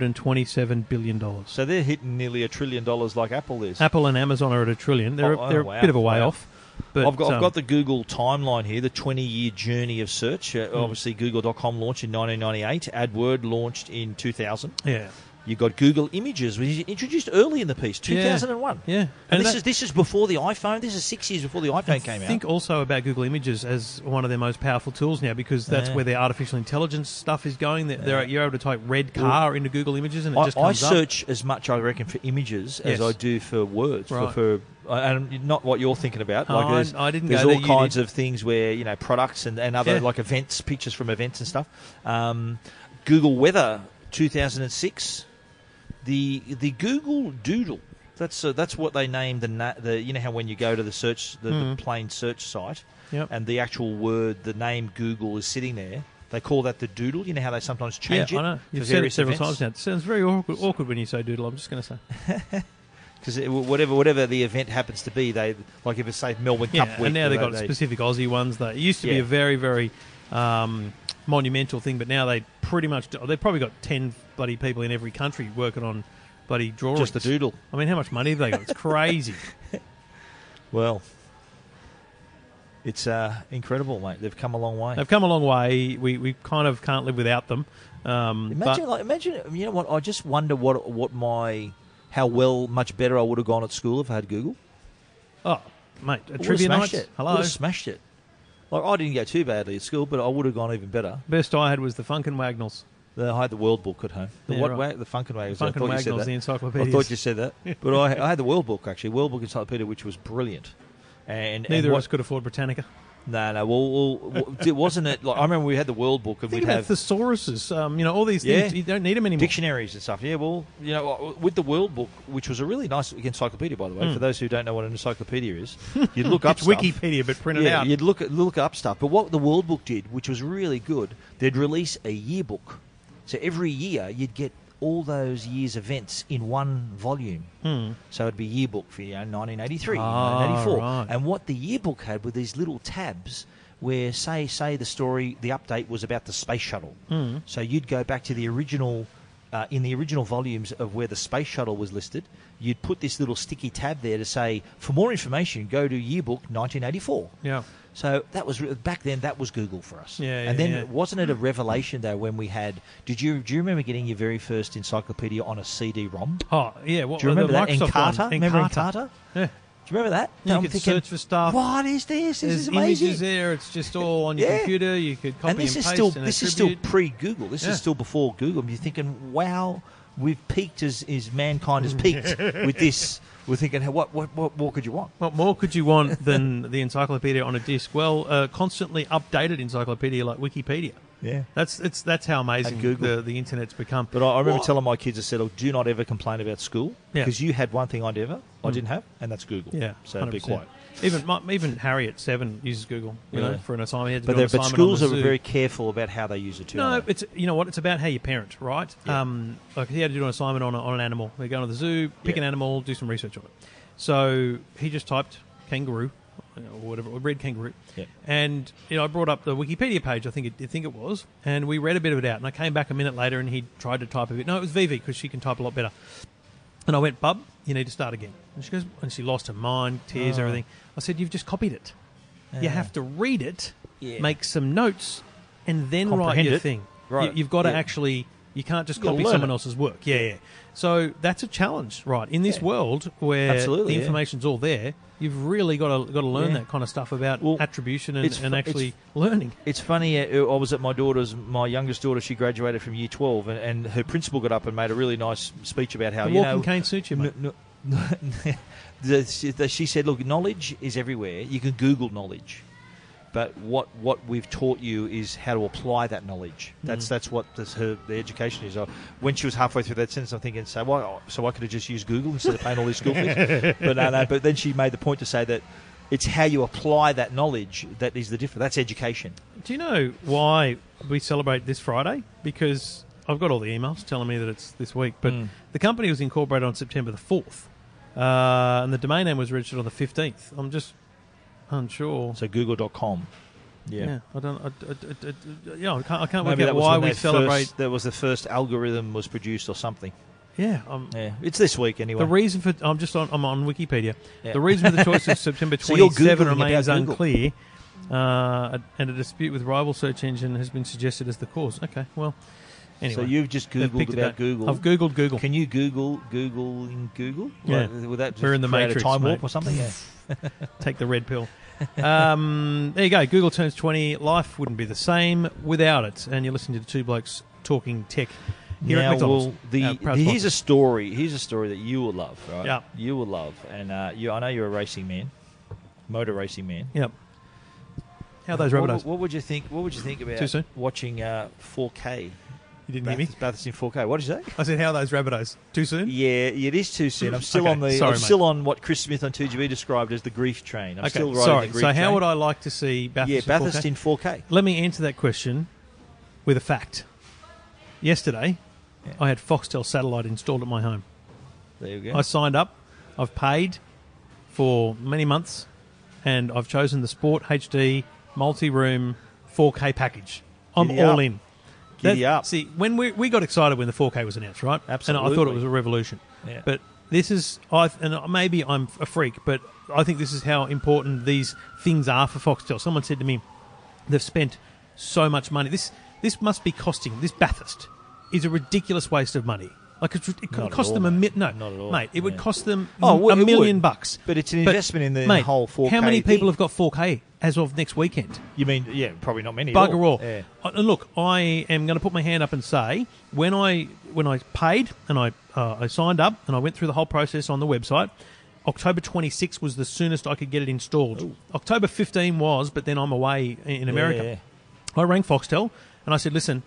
Speaker 2: $827 billion.
Speaker 3: So they're hitting nearly a trillion dollars like Apple is.
Speaker 2: Apple and Amazon are at a trillion. They're,
Speaker 3: Oh, oh,
Speaker 2: they're
Speaker 3: wow,
Speaker 2: a bit of a way
Speaker 3: wow.
Speaker 2: off. But
Speaker 3: I've, got,
Speaker 2: um,
Speaker 3: I've got the Google timeline here, the 20 year journey of search. Uh,
Speaker 2: Hmm.
Speaker 3: Obviously, Google.com launched in 1998, AdWord launched in 2000.
Speaker 2: yeah,
Speaker 3: You've got Google Images, which is introduced early in the piece, 2001.
Speaker 2: yeah.
Speaker 3: And, this
Speaker 2: that-
Speaker 3: is this is before the iPhone. This is six years before the iPhone came
Speaker 2: think
Speaker 3: out.
Speaker 2: also about Google Images as one of their most powerful tools now because that's
Speaker 3: Yeah.
Speaker 2: where their artificial intelligence stuff is going. They're, they're, you're able to type red car into Google Images and it just
Speaker 3: I, I
Speaker 2: comes up.
Speaker 3: search as much, I reckon, for images as
Speaker 2: Yes.
Speaker 3: I do for words.
Speaker 2: Right.
Speaker 3: For, for uh, and not what you're thinking about.
Speaker 2: Oh,
Speaker 3: like
Speaker 2: I-
Speaker 3: there's,
Speaker 2: I didn't
Speaker 3: There's
Speaker 2: go
Speaker 3: all
Speaker 2: there, you
Speaker 3: kinds
Speaker 2: did.
Speaker 3: of things where you know products and, and other
Speaker 2: Yeah.
Speaker 3: like events, pictures from events and stuff. Um, Google Weather 2006. The the Google Doodle. That's uh, that's what they named the na- the you know how when you go to the search the, the plain search site
Speaker 2: Mm-hmm. Yep.
Speaker 3: and the actual word the name Google is sitting there. They call that the doodle. You know how they sometimes
Speaker 2: Yeah,
Speaker 3: change
Speaker 2: I
Speaker 3: it.
Speaker 2: know.
Speaker 3: for
Speaker 2: You've said it
Speaker 3: various
Speaker 2: several
Speaker 3: events?
Speaker 2: times now. It sounds very awkward, awkward when you say doodle. I'm just going to say.
Speaker 3: because whatever whatever the event happens to be, they like if it's say Melbourne
Speaker 2: Yeah,
Speaker 3: Cup week,
Speaker 2: and now they've
Speaker 3: they-
Speaker 2: got
Speaker 3: they-
Speaker 2: specific Aussie ones. That it used to be
Speaker 3: Yeah.
Speaker 2: a very, very um, monumental thing, but now they pretty much do- they've probably got ten bloody people in every country working on bloody drawings.
Speaker 3: just the doodle.
Speaker 2: I mean, how much money have they got? It's crazy.
Speaker 3: Well, it's uh, incredible, mate. They've come a long way.
Speaker 2: they've come a long way. We we kind of can't live without them. Um,
Speaker 3: imagine,
Speaker 2: but
Speaker 3: like, imagine. You know what? I just wonder what what my how well much better I would have gone at school if I had Google.
Speaker 2: oh, mate, a
Speaker 3: I would've
Speaker 2: trivia night.
Speaker 3: smashed it. I
Speaker 2: Hello.
Speaker 3: would've smashed it. Like I didn't go too badly at school, but I would have gone even better.
Speaker 2: Best I had was the Funkin' Wagnalls.
Speaker 3: The, I had the World Book at home. The
Speaker 2: Yeah,
Speaker 3: what?
Speaker 2: right.
Speaker 3: Wag- The Funkin' Waggles. I
Speaker 2: Funkin'
Speaker 3: thought you said
Speaker 2: Wagnalls,
Speaker 3: that.
Speaker 2: the
Speaker 3: I
Speaker 2: encyclopedia.
Speaker 3: thought you said that, but I, I had the World Book actually, World Book Encyclopedia, which was brilliant. And and
Speaker 2: Neither
Speaker 3: what-
Speaker 2: of us could afford Britannica.
Speaker 3: No, no. Well, well, well it wasn't it? Like I remember we had the World Book and
Speaker 2: Think
Speaker 3: we'd
Speaker 2: about
Speaker 3: have
Speaker 2: thesauruses. Um, you know, all these
Speaker 3: Yeah.
Speaker 2: things. You don't need them anymore.
Speaker 3: dictionaries and stuff. Yeah, well, you know, with the World Book, which was a really nice encyclopedia, by the way, for those who don't know what an encyclopedia is, you'd look up
Speaker 2: Hmm. It's
Speaker 3: stuff.
Speaker 2: Wikipedia, but printed
Speaker 3: Yeah,
Speaker 2: out.
Speaker 3: you'd look at, look up stuff. But what the World Book did, which was really good, they'd release a yearbook. So every year you'd get all those years' events in one volume. So it'd be yearbook for you know, 1983,
Speaker 2: Hmm. Ah,
Speaker 3: 1984,
Speaker 2: right.
Speaker 3: and what the yearbook had were these little tabs. Where say say the story the update was about the space shuttle,
Speaker 2: Hmm.
Speaker 3: mm. so you'd go back to the original, uh, in the original volumes of where the space shuttle was listed, you'd put this little sticky tab there to say for more information go to yearbook 1984.
Speaker 2: Yeah.
Speaker 3: So that was re- back then. That was Google for us.
Speaker 2: Yeah, yeah,
Speaker 3: and then
Speaker 2: yeah. Hmm.
Speaker 3: wasn't it a revelation though when we had? Did you do you remember getting your very first encyclopedia on a CD-ROM?
Speaker 2: Oh yeah, what
Speaker 3: Do you
Speaker 2: were the
Speaker 3: remember that?
Speaker 2: Microsoft
Speaker 3: Encarta?
Speaker 2: ones?
Speaker 3: Remember Encarta?
Speaker 2: Yeah,
Speaker 3: Do you remember that?
Speaker 2: You
Speaker 3: I'm
Speaker 2: could
Speaker 3: thinking,
Speaker 2: search for stuff.
Speaker 3: What is this? This
Speaker 2: there's
Speaker 3: is
Speaker 2: images
Speaker 3: amazing.
Speaker 2: there. It's just all on your
Speaker 3: Yeah.
Speaker 2: computer. You could copy
Speaker 3: And this is
Speaker 2: paste
Speaker 3: still
Speaker 2: and
Speaker 3: this is still
Speaker 2: attribute.
Speaker 3: pre-Google. This
Speaker 2: Yeah.
Speaker 3: is still before Google. You're thinking, wow, we've peaked as is mankind has peaked with this. We're thinking, what what what more could you want?
Speaker 2: What more could you want than the encyclopedia on a disc? Well, a constantly updated encyclopedia like Wikipedia.
Speaker 3: Yeah.
Speaker 2: That's it's that's how amazing
Speaker 3: And Google.
Speaker 2: the, the internet's become.
Speaker 3: But I, I remember
Speaker 2: What?
Speaker 3: telling my kids, I said, oh, do not ever complain about school
Speaker 2: Yeah. Mm.
Speaker 3: because you had one thing I never, I didn't have, and that's Google.
Speaker 2: yeah,
Speaker 3: So be
Speaker 2: 100%.
Speaker 3: quiet.
Speaker 2: Even my, even Harry at seven uses Google. You
Speaker 3: Yeah.
Speaker 2: know, for an assignment. He had to
Speaker 3: But,
Speaker 2: do an
Speaker 3: they're- but
Speaker 2: assignment
Speaker 3: schools
Speaker 2: on
Speaker 3: are
Speaker 2: the zoo.
Speaker 3: very careful about how they use it too.
Speaker 2: No,
Speaker 3: aren't they?
Speaker 2: it's you know what? It's about how you parent, right? Um, like he had to do an assignment on, a, on an animal. They go to the zoo, pick
Speaker 3: Yeah.
Speaker 2: an animal, do some research on it. So he just typed kangaroo or whatever, or red kangaroo,
Speaker 3: Yeah.
Speaker 2: and you know I brought up the Wikipedia page. I think it, I think it was, and we read a bit of it out. And I came back a minute later, and he tried to type a bit. No, it was Vivi because she can type a lot better. And I went, Bub, you need to start again. And she goes, and she lost her mind, tears,
Speaker 3: Oh.
Speaker 2: everything. I said, You've just copied it. You have to read it,
Speaker 3: Yeah.
Speaker 2: make some notes, and then write
Speaker 3: Comprehend
Speaker 2: your
Speaker 3: it.
Speaker 2: thing.
Speaker 3: Right.
Speaker 2: You, have got to
Speaker 3: Yeah.
Speaker 2: actually, you can't just
Speaker 3: You'll
Speaker 2: copy
Speaker 3: learn
Speaker 2: someone
Speaker 3: it.
Speaker 2: else's work. Yeah, yeah. So that's a challenge, right? In this
Speaker 3: Yeah.
Speaker 2: world where
Speaker 3: Absolutely,
Speaker 2: the
Speaker 3: yeah.
Speaker 2: information's all there, you've really got to got to learn
Speaker 3: Yeah.
Speaker 2: that kind of stuff about
Speaker 3: Well,
Speaker 2: attribution and,
Speaker 3: it's fu-
Speaker 2: and
Speaker 3: it's-
Speaker 2: actually learning.
Speaker 3: It's funny. uh, I was at my daughter's, my youngest daughter. She graduated from Year Twelve, and, and her principal got up and made a really nice speech about how
Speaker 2: The
Speaker 3: you
Speaker 2: walking
Speaker 3: know.
Speaker 2: cane suits you, mate.
Speaker 3: n- n- the- she- the- she said, "Look, knowledge is everywhere. You can Google knowledge, but what what we've taught you is how to apply that knowledge. That's that's what this, her the education is." I, when she was halfway through that sentence, I'm thinking, "So why? So I could have just used Google instead of paying all these school fees." But no, no. But then she made the point to say that. It's how you apply that knowledge that is the difference. That's education.
Speaker 2: Do you know why we celebrate this Friday? Because I've got all the emails telling me that it's this week, but the company was incorporated on September the 4th, uh, and the domain name was registered on the 15th. I'm just unsure.
Speaker 3: So google.com. Yeah.
Speaker 2: I don't. I, I, I, I, yeah, I can't. I can't
Speaker 3: Maybe
Speaker 2: work
Speaker 3: that
Speaker 2: out
Speaker 3: was
Speaker 2: why
Speaker 3: when
Speaker 2: we
Speaker 3: they
Speaker 2: celebrate.
Speaker 3: First, that was the first algorithm was produced or something.
Speaker 2: yeah, um,
Speaker 3: Yeah, it's this week anyway.
Speaker 2: the reason for I'm just on. I'm on Wikipedia.
Speaker 3: Yeah.
Speaker 2: The reason for the choice of September
Speaker 3: So you're
Speaker 2: 27
Speaker 3: Googling
Speaker 2: remains
Speaker 3: about Google.
Speaker 2: unclear, uh, and a dispute with rival search engine has been suggested as the cause. Okay, well, anyway,
Speaker 3: So you've just
Speaker 2: they've
Speaker 3: googled
Speaker 2: picked it
Speaker 3: about
Speaker 2: up.
Speaker 3: Google.
Speaker 2: I've googled Google.
Speaker 3: Can you Google Google in Google?
Speaker 2: Yeah.
Speaker 3: Like, would that
Speaker 2: We're in the
Speaker 3: create
Speaker 2: Matrix,
Speaker 3: a time
Speaker 2: mate.
Speaker 3: warp or
Speaker 1: Oh,
Speaker 3: something? Yeah.
Speaker 2: Take the red pill. um, there you go. Google turns 20. Life wouldn't be the same without it. And you're listening to two blokes talking tech here at
Speaker 3: now,
Speaker 2: McDonald's.
Speaker 3: well, the,
Speaker 2: Our proud
Speaker 3: the- here's a
Speaker 2: sponsors.
Speaker 3: story. Here's a story that you will love, right?
Speaker 2: Yeah.
Speaker 3: You will love, and uh, you. I know you're a racing man, motor racing man.
Speaker 2: Yep. How are those
Speaker 3: What,
Speaker 2: Rabbitohs?
Speaker 3: what would you think? What would you think about
Speaker 2: Too soon?
Speaker 3: watching uh, 4K?
Speaker 2: You didn't hear me?
Speaker 3: Bath- Bathurst in 4K. What did you say?
Speaker 2: I said, how are those Rabbitohs? Too soon?
Speaker 3: Yeah, it is too soon. I'm still
Speaker 2: Okay,
Speaker 3: on the.
Speaker 2: sorry,
Speaker 3: I'm
Speaker 2: mate.
Speaker 3: still on what Chris Smith on 2GB described as the grief train. I'm
Speaker 2: okay,
Speaker 3: still riding
Speaker 2: sorry.
Speaker 3: the grief
Speaker 2: so
Speaker 3: train.
Speaker 2: how would I like to see Bathurst?
Speaker 3: Yeah,
Speaker 2: in 4K?
Speaker 3: Bathurst in 4K.
Speaker 2: Let me answer that question with a fact. Yesterday,
Speaker 3: Yeah.
Speaker 2: I had Foxtel satellite installed at my home.
Speaker 3: There you go.
Speaker 2: I signed up. I've paid for many months, and I've chosen the Sport HD multi-room 4K package. I'm
Speaker 3: Giddy
Speaker 2: all
Speaker 3: up.
Speaker 2: in.
Speaker 3: Giddy
Speaker 2: That-
Speaker 3: up.
Speaker 2: See, when we we got excited when the 4K was announced, right? And I thought it
Speaker 3: Absolutely.
Speaker 2: was a revolution.
Speaker 3: Yeah.
Speaker 2: But this is, I and maybe I'm a freak, but I think this is how important these things are for Foxtel. Someone said to me, they've spent so much money. This this must be costing this Bathurst is a ridiculous waste of money. Like it's, it
Speaker 3: Not
Speaker 2: could
Speaker 3: at
Speaker 2: cost
Speaker 3: all,
Speaker 2: them a
Speaker 3: mate.
Speaker 2: mi- no,
Speaker 3: Not at all,
Speaker 2: mate. It would
Speaker 3: yeah.
Speaker 2: cost them
Speaker 3: Oh,
Speaker 2: m-
Speaker 3: it would-
Speaker 2: a
Speaker 3: it
Speaker 2: million
Speaker 3: would.
Speaker 2: bucks.
Speaker 3: But it's an investment in the
Speaker 2: mate,
Speaker 3: whole 4K
Speaker 2: How many people
Speaker 3: thing.
Speaker 2: have got 4K as of next weekend?
Speaker 3: you mean yeah? Probably not many. at
Speaker 2: Bugger all.
Speaker 3: Yeah.
Speaker 2: Uh, and Look, I am going to put my hand up and say when I when I paid and I uh, I signed up and I went through the whole process on the website. October 26 was the soonest I could get it installed. October 15 was, but then I'm away in- in America.
Speaker 3: Yeah, yeah.
Speaker 2: I rang Foxtel and I said, "Listen,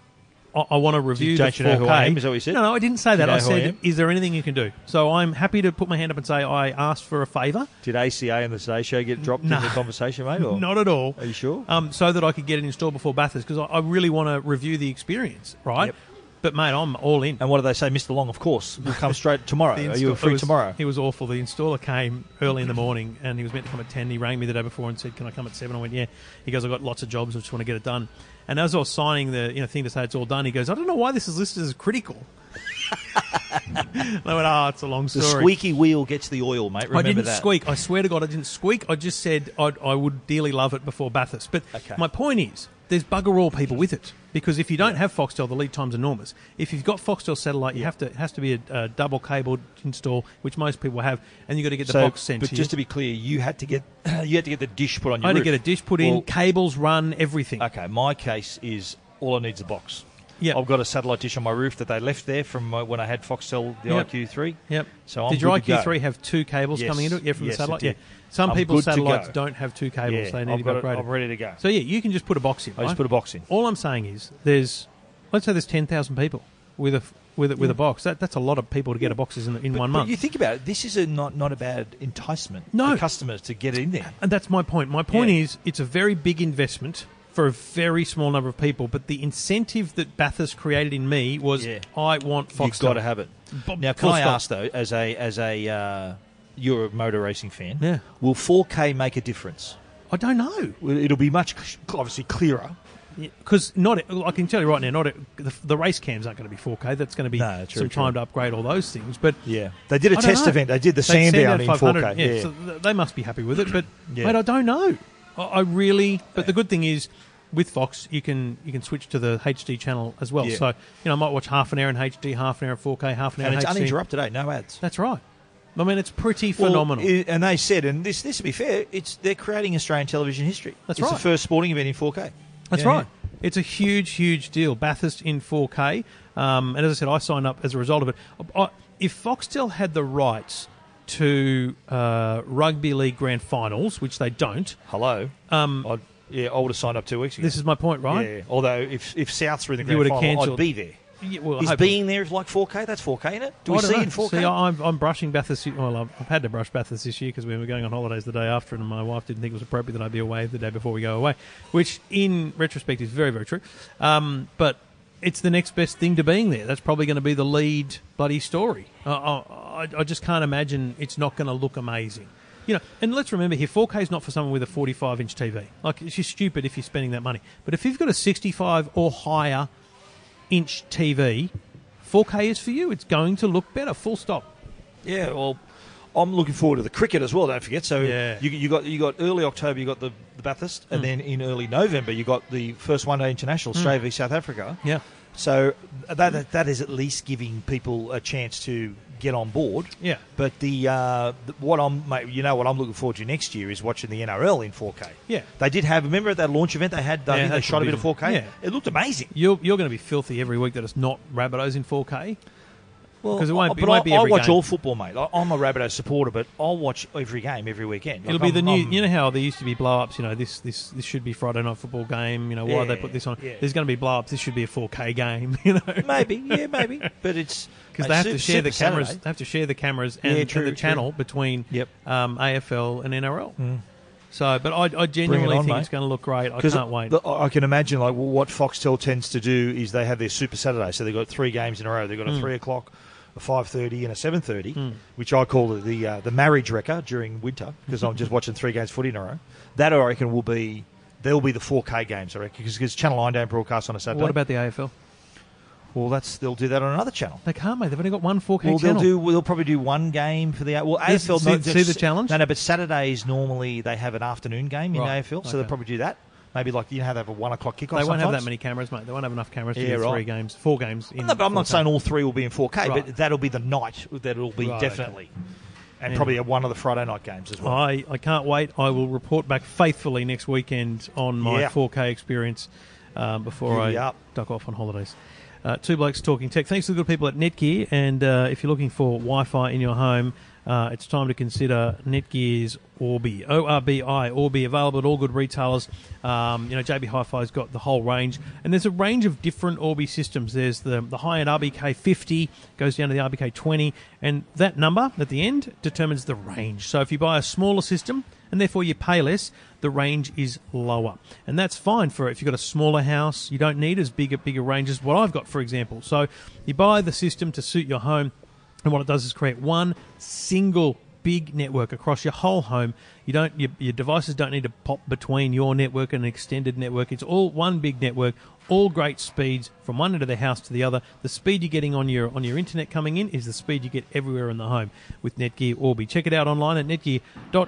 Speaker 2: I, I want to review
Speaker 3: don't
Speaker 2: the 4K."
Speaker 3: you know who I am? Is that what you said?
Speaker 2: No, no, I didn't say that.
Speaker 3: know
Speaker 2: I
Speaker 3: who I
Speaker 2: said,
Speaker 3: am?
Speaker 2: "Is there anything you can do?" So I'm happy to put my hand up and say I asked for a favour.
Speaker 3: Did ACA and the Today Show get dropped
Speaker 2: Nah.
Speaker 3: in the conversation, mate? Or?
Speaker 2: Not at all.
Speaker 3: Are you sure?
Speaker 2: Um, so that I could get it installed before Bathurst because I, I really want to review the experience, right?
Speaker 3: Yep.
Speaker 2: But mate, I'm all in.
Speaker 3: And what do they say, Mr. Long? Of course, we'll come straight tomorrow.
Speaker 2: The
Speaker 3: Are you
Speaker 2: install-
Speaker 3: free
Speaker 2: it was-
Speaker 3: tomorrow?
Speaker 2: It was awful. The installer came early in the morning and he was meant to come at 10. He rang me the day before and said, Can I come at 7? I went, Yeah. He goes, I've got lots of jobs. I just want to get it done. And as I was signing the you know, thing to say it's all done, he goes, I don't know why this is listed as critical. and I went, Oh, it's a long
Speaker 3: The
Speaker 2: story.
Speaker 3: squeaky wheel gets the oil, mate. Remember
Speaker 2: I didn't
Speaker 3: that.
Speaker 2: squeak. I swear to God, I didn't squeak. I just said I'd, I would dearly love it before Bathurst. But
Speaker 3: Okay.
Speaker 2: my point is, there's bugger all people with it because if you don't have Foxtel, the lead time's enormous. If you've got Foxtel satellite, you have to it has to be a, a double cable install, which most people have, and you have got to get the
Speaker 3: So,
Speaker 2: box sent.
Speaker 3: but
Speaker 2: to
Speaker 3: just to
Speaker 2: you.
Speaker 3: be clear, you had to get you had to get the dish put on your.
Speaker 2: I had to
Speaker 3: roof.
Speaker 2: get a dish put
Speaker 3: Well,
Speaker 2: in, cables run, everything.
Speaker 3: Okay, my case is all I need is a box.
Speaker 2: Yeah.
Speaker 3: I've got a satellite dish on my roof that they left there from uh, when I had Foxtel the
Speaker 2: Yep.
Speaker 3: IQ3.
Speaker 2: Yep.
Speaker 3: So I'm
Speaker 2: Did your
Speaker 3: good to go.
Speaker 2: IQ3 have two cables
Speaker 3: Yes.
Speaker 2: coming into it? Yeah, from
Speaker 3: Yes, it
Speaker 2: the satellite.
Speaker 3: did.
Speaker 2: Yeah. Some
Speaker 3: I'm
Speaker 2: people's
Speaker 3: good to go.
Speaker 2: satellites don't have two cables.
Speaker 3: Yeah,
Speaker 2: they need
Speaker 3: I've
Speaker 2: to be
Speaker 3: got it-
Speaker 2: upgraded.
Speaker 3: I'm ready to go.
Speaker 2: So yeah, you can just put a box in.
Speaker 3: I just
Speaker 2: right?
Speaker 3: put a box in.
Speaker 2: All I'm saying is there's let's say there's ten thousand people with a f- with a, with a box. That that's a lot of people to get a boxes in, in one
Speaker 3: But
Speaker 2: month.
Speaker 3: you think about it. This is a not not a bad enticement
Speaker 2: No.
Speaker 3: for customers to get in there.
Speaker 2: and that's my point. My point
Speaker 3: Yeah.
Speaker 2: is it's a very big investment for a very small number of people. But the incentive that Bathurst created in me was
Speaker 3: Yeah.
Speaker 2: I want Foxtel.
Speaker 3: You've got to have it.
Speaker 2: Bob-
Speaker 3: now, can
Speaker 2: full
Speaker 3: I
Speaker 2: stop.
Speaker 3: ask though, as a as a uh, you're a motor racing fan,
Speaker 2: Yeah.
Speaker 3: Will 4K make a difference?
Speaker 2: I don't know
Speaker 3: Well, It'll be much c- obviously clearer.
Speaker 2: because not. well, I can tell you right now, not the, the race cams aren't going to be 4K. That's going to be
Speaker 3: No, true,
Speaker 2: some time
Speaker 3: true.
Speaker 2: to upgrade all those things. But
Speaker 3: they did a
Speaker 2: I don't
Speaker 3: test
Speaker 2: know.
Speaker 3: event. They did the
Speaker 2: They've
Speaker 3: Sandown
Speaker 2: Sandown
Speaker 3: in
Speaker 2: 500,
Speaker 3: 4K.
Speaker 2: Yeah, so th- they must be happy with it. But
Speaker 3: Yeah.
Speaker 2: mate, I don't know. I, I really. But the good thing is, with Fox, you can you can switch to the HD channel as well.
Speaker 3: Yeah.
Speaker 2: So you know, I might watch half an hour in HD, half an hour in 4K, half an hour
Speaker 3: and
Speaker 2: in
Speaker 3: it's
Speaker 2: HD.
Speaker 3: uninterrupted, eh? No ads.
Speaker 2: That's right. I mean, it's pretty
Speaker 3: Well,
Speaker 2: phenomenal.
Speaker 3: i- and they said, and this this to be fair, it's they're creating Australian television history.
Speaker 2: That's
Speaker 3: it's
Speaker 2: right.
Speaker 3: the first sporting event in 4K.
Speaker 2: That's
Speaker 3: Yeah.
Speaker 2: right. It's a huge, huge deal. Bathurst in 4K. Um, and as I said, I signed up as a result of it. I, if Foxtel had the rights to uh, rugby league grand finals, which they don't,
Speaker 3: Hello. Um, I'd, yeah, I would have signed up two weeks ago.
Speaker 2: this is my point, right?
Speaker 3: yeah. Although if if Souths were in the grand
Speaker 2: would have
Speaker 3: final,
Speaker 2: cancelled.
Speaker 3: I'd be there.
Speaker 2: Yeah, well, I
Speaker 3: Is
Speaker 2: hope-
Speaker 3: being there like 4K? That's 4K, in it? Do we
Speaker 2: I don't
Speaker 3: see
Speaker 2: know.
Speaker 3: in 4K?
Speaker 2: See, I- I'm, I'm brushing Bathurst. Well, I've, I've had to brush Bathurst this year because we were going on holidays the day after, and my wife didn't think it was appropriate that I be away the day before we go away, which in retrospect is very, very true. Um, but it's the next best thing to being there. That's probably going to be the lead bloody story. I I, I, I just can't imagine it's not going to look amazing. You know, and let's remember here, 4K is not for someone with a 45 inch TV. Like, it's just stupid if you're spending that money. But if you've got a 65 or higher inch TV, 4K is for you. It's going to look better. Full stop.
Speaker 3: Yeah, well, I'm looking forward to the cricket as well. Don't forget. So
Speaker 2: Yeah. Hmm.
Speaker 3: you, you got you got early October, you got the, the Bathurst, and then in early November you got the first one day international Australia v South Africa.
Speaker 2: Yeah.
Speaker 3: So uh, that, that that is at least giving people a chance to get on board.
Speaker 2: Yeah.
Speaker 3: But the uh, th- what I'm mate, you know what I'm looking forward to next year is watching the NRL in 4K.
Speaker 2: Yeah.
Speaker 3: They did have remember at that launch event they had they,
Speaker 2: Yeah,
Speaker 3: think they
Speaker 2: that's
Speaker 3: shot a bit of
Speaker 2: amazing.
Speaker 3: 4K.
Speaker 2: Yeah.
Speaker 3: It looked amazing.
Speaker 2: You're, you're going to be filthy every week that it's not Rabbitohs in 4K.
Speaker 3: Well,
Speaker 2: 'Cause it won't-
Speaker 3: I-
Speaker 2: it
Speaker 3: Uh, but
Speaker 2: won't be
Speaker 3: I, I
Speaker 2: every
Speaker 3: watch
Speaker 2: game.
Speaker 3: all football, mate. I, I'm a Rabbitoh supporter, but I'll watch every game every weekend. Like,
Speaker 2: It'll be the
Speaker 3: I'm-
Speaker 2: new.
Speaker 3: I'm-
Speaker 2: You know how there used to be blow ups. You know this this this should be Friday night football game. You know why they
Speaker 3: Yeah,
Speaker 2: put this on?
Speaker 3: yeah.
Speaker 2: There's going to be blow ups. This should be a 4K game. You know
Speaker 3: maybe, yeah, maybe. But it's
Speaker 2: because
Speaker 3: mate,
Speaker 2: they have
Speaker 3: Super-
Speaker 2: to share the
Speaker 3: Super
Speaker 2: cameras.
Speaker 3: Saturday-
Speaker 2: They have to share the cameras and,
Speaker 3: Yeah,
Speaker 2: and
Speaker 3: true,
Speaker 2: the
Speaker 3: true.
Speaker 2: channel between
Speaker 3: Yep. Mm.
Speaker 2: um, AFL and NRL. So, but I, I genuinely
Speaker 3: on,
Speaker 2: think
Speaker 3: mate.
Speaker 2: it's going to look great. I
Speaker 3: 'Cause
Speaker 2: can't wait.
Speaker 3: the- I can imagine like well, what Foxtel tends to do is they have their Super Saturday, so they've got three games in a row. They've got
Speaker 2: Hmm.
Speaker 3: a three o'clock, a five thirty, and a seven thirty, which I call the uh, the marriage wrecker during winter because I'm just watching three games footy in a row. That I reckon will be there'll be the four K games I reckon because Channel Nine don't broadcast on a Saturday.
Speaker 2: what about the AFL?
Speaker 3: well, that's they'll do that on another channel.
Speaker 2: They can't, mate. They've only got one 4K channel.
Speaker 3: Well, they'll do. They'll probably do one game for the well
Speaker 2: This-
Speaker 3: AFL.
Speaker 2: see-
Speaker 3: no,
Speaker 2: see the challenge?
Speaker 3: No, no. But Saturdays normally they have an afternoon game in
Speaker 2: Right,
Speaker 3: AFL, so
Speaker 2: okay.
Speaker 3: they'll probably do that. Maybe like you know how they have a one o'clock kickoff.
Speaker 2: they won't have that
Speaker 3: sometimes?
Speaker 2: many cameras, mate. They won't have enough cameras to
Speaker 3: Yeah,
Speaker 2: do
Speaker 3: right.
Speaker 2: three games, four games. In
Speaker 3: No, but I'm not
Speaker 2: 4K.
Speaker 3: saying all three will be in 4K,
Speaker 2: Right.
Speaker 3: but that'll be the night that it'll be
Speaker 2: Right, okay. Oh,
Speaker 3: definitely, and probably one of the Friday night games as well.
Speaker 2: I, I can't wait. I will report back faithfully next weekend on my
Speaker 3: Yeah.
Speaker 2: 4K experience um, before
Speaker 3: Yup.
Speaker 2: I duck off on holidays. Uh, two blokes talking tech. Thanks to the good people at Netgear. And uh, if you're looking for Wi-Fi in your home, uh, it's time to consider Netgear's Orbi. O R B I Orbi available at all good retailers. Um, you know, JB Hi-Fi's got the whole range, and there's a range of different Orbi systems. There's the the high-end RBK 50 goes down to the RBK 20, and that number at the end determines the range. So if you buy a smaller system, and therefore you pay less, the range is lower. And that's fine for if you've got a smaller house, you don't need as big a bigger range as what I've got, for example. So you buy the system to suit your home, and what it does is create one single big network across your whole home. You don't your, your devices don't need to pop between your network and an extended network. It's all one big network. All great speeds from one end of the house to the other. The speed you're getting on your on your internet coming in is the speed you get everywhere in the home with Netgear Orbi. Check it out online at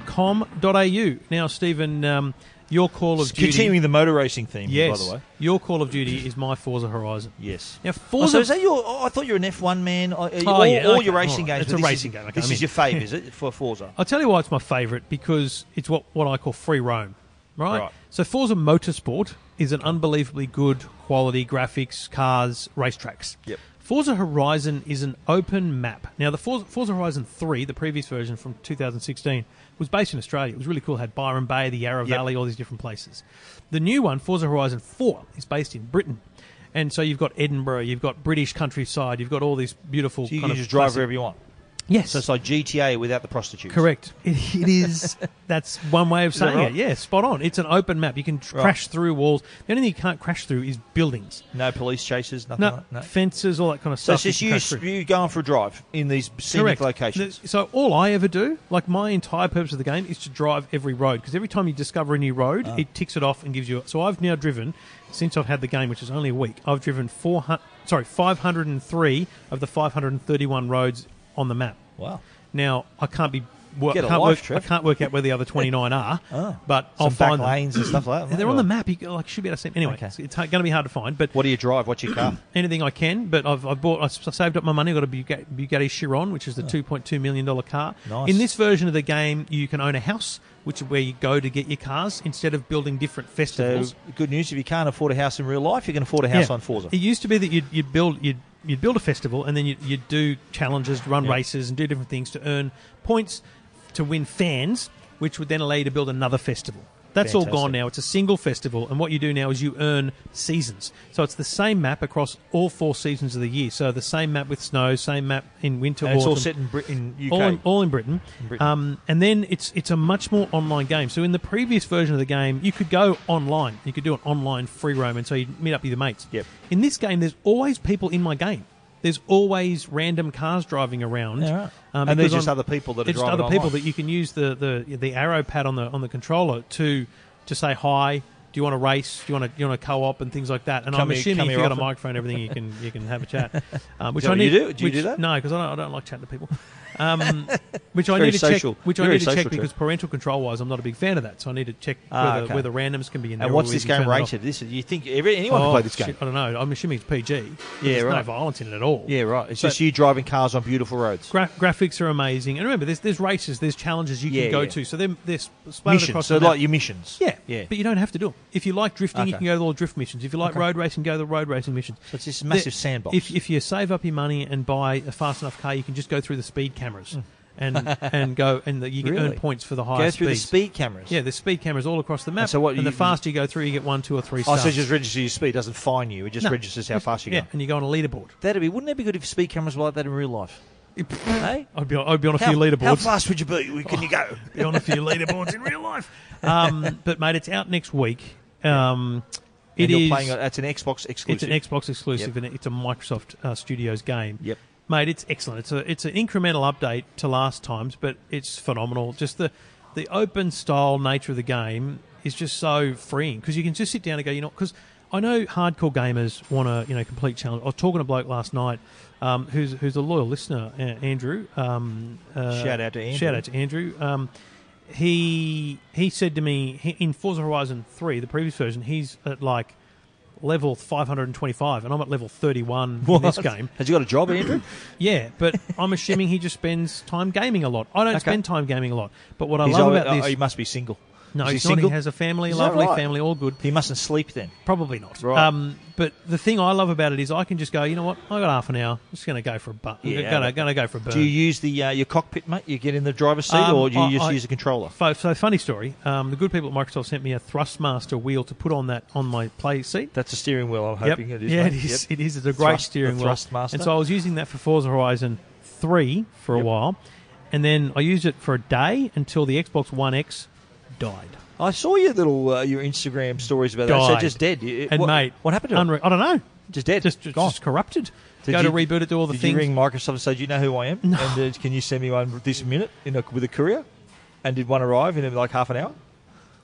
Speaker 2: netgear.com.au. Now, Stephen, um, your call of duty.
Speaker 3: Continuing the motor racing theme,
Speaker 2: yes,
Speaker 3: by the way.
Speaker 2: your call of duty is my Forza Horizon.
Speaker 3: Yes.
Speaker 2: Now,
Speaker 3: Oh,
Speaker 2: Forza
Speaker 3: so is that your? Oh, I thought you were an F1 man. Oh,
Speaker 2: Oh,
Speaker 3: all,
Speaker 2: yeah,
Speaker 3: all
Speaker 2: okay,
Speaker 3: your racing
Speaker 2: all right.
Speaker 3: games.
Speaker 2: It's
Speaker 3: but
Speaker 2: a
Speaker 3: this
Speaker 2: racing
Speaker 3: is,
Speaker 2: game, okay,
Speaker 3: This
Speaker 2: I'm
Speaker 3: is
Speaker 2: in.
Speaker 3: your fave, is it, for Forza?
Speaker 2: I'll tell you why it's my favourite because it's what, what I call free roam, right?
Speaker 3: Right.
Speaker 2: So Forza Motorsport is an unbelievably good quality graphics, cars, racetracks.
Speaker 3: Yep.
Speaker 2: Forza Horizon is an open map. Now, the Forza, Forza Horizon 3, the previous version from 2016, was based in Australia. It was really cool. It had Byron Bay, the Yarra
Speaker 3: Yep.
Speaker 2: Valley, all these different places. The new one, Forza Horizon 4, is based in Britain. And so you've got Edinburgh, you've got British countryside, you've got all these beautiful
Speaker 3: So you
Speaker 2: kind
Speaker 3: can
Speaker 2: of
Speaker 3: just drive
Speaker 2: classic-
Speaker 3: wherever you want.
Speaker 2: Yes.
Speaker 3: So it's like GTA without the prostitutes.
Speaker 2: Correct. It, it is. That's one way of
Speaker 3: that
Speaker 2: saying
Speaker 3: right?
Speaker 2: it. Yeah, spot on. It's an open map. You can tr-
Speaker 3: Right.
Speaker 2: crash through walls. The only thing you can't crash through is buildings.
Speaker 3: No police chases. Nothing.
Speaker 2: No,
Speaker 3: Like, no.
Speaker 2: fences, all that kind of
Speaker 3: So
Speaker 2: stuff.
Speaker 3: it's just
Speaker 2: can
Speaker 3: you,
Speaker 2: crash through.
Speaker 3: you going for a drive in these scenic
Speaker 2: Correct.
Speaker 3: locations.
Speaker 2: The- So all I ever do, like my entire purpose of the game, is to drive every road because every time you discover a new road,
Speaker 3: Ah.
Speaker 2: it ticks it off and gives you. So I've now driven since I've had the game, which is only a week. I've driven four hundred, sorry, five hundred and three of the five hundred and thirty-one roads on the map.
Speaker 3: Wow.
Speaker 2: Now I can't be. Work,
Speaker 3: Get a
Speaker 2: can't work,
Speaker 3: life,
Speaker 2: I
Speaker 3: Trev.
Speaker 2: can't work out where the other 29 are, but I'll
Speaker 3: Some back
Speaker 2: find them.
Speaker 3: lanes and stuff like that.
Speaker 2: They're on the
Speaker 3: mate, or-
Speaker 2: map. You go- like should be able to see. 'em. Anyway,
Speaker 3: Okay.
Speaker 2: it's, going to be hard to find, but
Speaker 3: What do you drive? What's your car?
Speaker 2: anything I can. But I've, I've bought, I s- I saved up my money. I got a Bugatti, Bugatti Chiron, which is the 2.2 million dollar car.
Speaker 3: Ah. Nice.
Speaker 2: In this version of the game, you can own a house, which is where you go to get your cars instead of building different
Speaker 3: So
Speaker 2: festivals.
Speaker 3: good news if you can't afford a house in real life, you can afford a house
Speaker 2: Yeah.
Speaker 3: on Forza.
Speaker 2: It used to be that you'd, you'd build you'd, you'd build a festival and then you'd, you'd do challenges, run races, and do different things to earn points to win fans, which would then allow you to build another festival. That's all gone
Speaker 3: Fantastic.
Speaker 2: now. It's a single festival, and what you do now is you earn seasons. So it's the same map across all four seasons of the year. So the same map with snow, same map in winter,
Speaker 3: And it's all
Speaker 2: autumn,
Speaker 3: set in, Brit- in UK.
Speaker 2: all in, all in Britain.
Speaker 3: Britain.
Speaker 2: Um, and then it's it's a much more online game. So in the previous version of the game, you could go online, you could do an online free roam, and so you would meet up with your mates.
Speaker 3: Yep.
Speaker 2: In this game, there's always people in my game. there's always random cars driving around.
Speaker 3: Yeah, right.
Speaker 2: um,
Speaker 3: And there's
Speaker 2: because
Speaker 3: just
Speaker 2: on-
Speaker 3: other people that are
Speaker 2: there's just
Speaker 3: driving
Speaker 2: other people
Speaker 3: online.
Speaker 2: that you can use the, the the arrow pad on the on the controller to to say hi. Do you want to race? Do you want to you want to co-op and things like that? And
Speaker 3: Come
Speaker 2: I'm
Speaker 3: here-
Speaker 2: assuming
Speaker 3: come
Speaker 2: if
Speaker 3: here
Speaker 2: you got a
Speaker 3: often.
Speaker 2: microphone, everything you can you can have a chat. Um, which
Speaker 3: that
Speaker 2: I
Speaker 3: what
Speaker 2: need.
Speaker 3: you do? Do you
Speaker 2: which-
Speaker 3: do that?
Speaker 2: No, because I don't, I don't like chatting to people. Um, which I
Speaker 3: Very
Speaker 2: need to
Speaker 3: social.
Speaker 2: check. Which I
Speaker 3: Very
Speaker 2: need to check
Speaker 3: social,
Speaker 2: because parental control wise, I'm not a big fan of that. So I need to check
Speaker 3: Ah,
Speaker 2: whether,
Speaker 3: okay.
Speaker 2: whether randoms can be in there.
Speaker 3: And
Speaker 2: or
Speaker 3: what's
Speaker 2: we
Speaker 3: this
Speaker 2: can turn
Speaker 3: game
Speaker 2: that off.
Speaker 3: rated? This you think every, anyone
Speaker 2: Oh,
Speaker 3: can play this game?
Speaker 2: shit, I don't know. I'm assuming it's PG.
Speaker 3: Yeah,
Speaker 2: There's no
Speaker 3: right.
Speaker 2: violence in it at all.
Speaker 3: Yeah, right. It's
Speaker 2: But-
Speaker 3: just you driving cars on beautiful roads.
Speaker 2: Gra- graphics are amazing, and remember, there's there's races, there's challenges you can
Speaker 3: Yeah,
Speaker 2: go
Speaker 3: yeah.
Speaker 2: to. So they're they're splattered
Speaker 3: missions.
Speaker 2: across.
Speaker 3: So
Speaker 2: the map.
Speaker 3: like your missions.
Speaker 2: yeah,
Speaker 3: yeah.
Speaker 2: But you don't have to do them. If you like drifting, you
Speaker 3: Okay.
Speaker 2: can go to all the drift missions. If you like road racing, go to the road racing missions.
Speaker 3: So it's this massive
Speaker 2: The-
Speaker 3: sandbox.
Speaker 2: If if you save up your money and buy a fast enough car, you can just go through the speed cameras and and go and the, you can
Speaker 3: Hmm. Really?
Speaker 2: earn points for the
Speaker 3: Go
Speaker 2: higher
Speaker 3: through the
Speaker 2: speeds.
Speaker 3: speed cameras.
Speaker 2: Yeah, there's speed cameras all across the map.
Speaker 3: And so what
Speaker 2: the
Speaker 3: you-
Speaker 2: faster you go through, you get one, two, or three
Speaker 3: Oh,
Speaker 2: stars.
Speaker 3: so it just registers your speed. It doesn't fine you. It just
Speaker 2: No.
Speaker 3: registers how fast you
Speaker 2: yeah,
Speaker 3: go.
Speaker 2: and you go on a leaderboard.
Speaker 3: That'd be. Wouldn't it be good if speed cameras were like that in real life? hey.
Speaker 2: I'd be on, I'd be on a
Speaker 3: How,
Speaker 2: few leaderboards.
Speaker 3: how fast would you be? Where Can you go?
Speaker 2: be on a few leaderboards in real life. Um, but mate, it's out next week. Um, it
Speaker 3: and you're
Speaker 2: is-
Speaker 3: playing. it- That's an
Speaker 2: It's
Speaker 3: Xbox exclusive.
Speaker 2: an Xbox exclusive, and it's a Microsoft uh, Studios game.
Speaker 3: Yep.
Speaker 2: mate, it's excellent. It's a it's an incremental update to last times, but it's phenomenal. Just the the open style nature of the game is just so freeing because you can just sit down and go, you know, because. I know hardcore gamers want to, you know, complete challenge. I was talking to a bloke last night, um, who's who's a loyal listener, uh, Andrew. Um, uh,
Speaker 3: Shout out to Andrew.
Speaker 2: Shout out to Andrew. Um, he he said to me he, in Forza Horizon Three, the previous version, he's at like level 525, and I'm at level 31 in this game.
Speaker 3: Has you got a job, Andrew?
Speaker 2: Yeah, but I'm assuming he just spends time gaming a lot. I don't
Speaker 3: Okay.
Speaker 2: spend time gaming a lot, but what I
Speaker 3: He's
Speaker 2: love
Speaker 3: over-
Speaker 2: about
Speaker 3: oh, he
Speaker 2: this,
Speaker 3: must be single.
Speaker 2: no,
Speaker 3: Is he
Speaker 2: he's not.
Speaker 3: single?
Speaker 2: He has a family,
Speaker 3: Is that
Speaker 2: lovely
Speaker 3: right?
Speaker 2: family, all good.
Speaker 3: He mustn't sleep then.
Speaker 2: Probably not.
Speaker 3: Right.
Speaker 2: Um, but the thing I love about it is I can just go. You know what? I got half an hour. I'm just going to go for a bu-
Speaker 3: Yeah,
Speaker 2: gonna,
Speaker 3: but-
Speaker 2: gonna go for a burn.
Speaker 3: Do you use the uh, your cockpit, mate? You get in the driver's seat,
Speaker 2: Um,
Speaker 3: or do you
Speaker 2: I-
Speaker 3: just
Speaker 2: I-
Speaker 3: use a controller?
Speaker 2: Fo- So funny story. Um, the good people at Microsoft sent me a Thrustmaster wheel to put on that on my play seat.
Speaker 3: That's a steering wheel. I'm hoping
Speaker 2: Yep.
Speaker 3: it is.
Speaker 2: Yeah,
Speaker 3: mate.
Speaker 2: it is.
Speaker 3: Yep.
Speaker 2: It is. It's a great
Speaker 3: Thrust-
Speaker 2: steering
Speaker 3: the
Speaker 2: wheel.
Speaker 3: Thrustmaster.
Speaker 2: And so I was using that for Forza Horizon 3 for a
Speaker 3: Yep.
Speaker 2: while, and then I used it for a day until the Xbox One X died.
Speaker 3: I saw your little uh, your Instagram stories about that. So
Speaker 2: Died.
Speaker 3: just dead. You-
Speaker 2: And
Speaker 3: what,
Speaker 2: mate,
Speaker 3: what happened to it?
Speaker 2: unre- I don't know.
Speaker 3: Just dead.
Speaker 2: Just, just,
Speaker 3: Gone.
Speaker 2: just corrupted.
Speaker 3: Did
Speaker 2: Go
Speaker 3: you-
Speaker 2: to reboot it, do all the
Speaker 3: Did
Speaker 2: things.
Speaker 3: you ring Microsoft and say, "Do you know who I am? And uh, can you send me one this minute in a, with a courier?" And did one arrive in uh, like half an hour?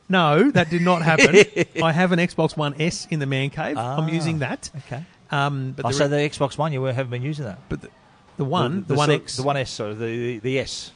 Speaker 2: No, that did not happen. I have an Xbox One S in the man cave.
Speaker 3: Ah,
Speaker 2: I'm using that.
Speaker 3: Okay.
Speaker 2: Um, but
Speaker 3: I
Speaker 2: the,
Speaker 3: said the Xbox One. You haven't been using that.
Speaker 2: but the, the one, the, One
Speaker 3: so-
Speaker 2: X,
Speaker 3: the One S, sorry, the the, the S.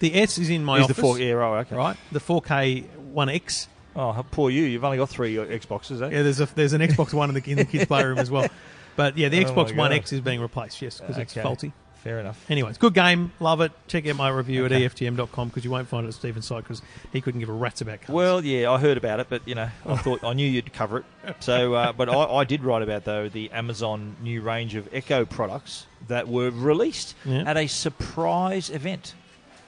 Speaker 2: the S is in my
Speaker 3: is
Speaker 2: office.
Speaker 3: the four? Yeah, right. Okay.
Speaker 2: Right, the 4K One X.
Speaker 3: Oh, how poor you. You've only got three uh, Xboxes. Eh?
Speaker 2: Yeah, there's a there's an Xbox One in the, in the kids' playroom as well. But yeah, the
Speaker 3: Oh
Speaker 2: Xbox
Speaker 3: my
Speaker 2: One
Speaker 3: God.
Speaker 2: X is being replaced, yes, because it's
Speaker 3: Okay.
Speaker 2: faulty.
Speaker 3: Fair enough.
Speaker 2: Anyways, good game. Love it. Check out my review at E EFTM.com because you won't find it at Stephen's site because he couldn't give a rat's about cars.
Speaker 3: Well, yeah, I heard about it, but you know, I thought I knew you'd cover it. So, uh, but I, I did write about though the Amazon new range of Echo products that were released
Speaker 2: Yeah.
Speaker 3: at a surprise event.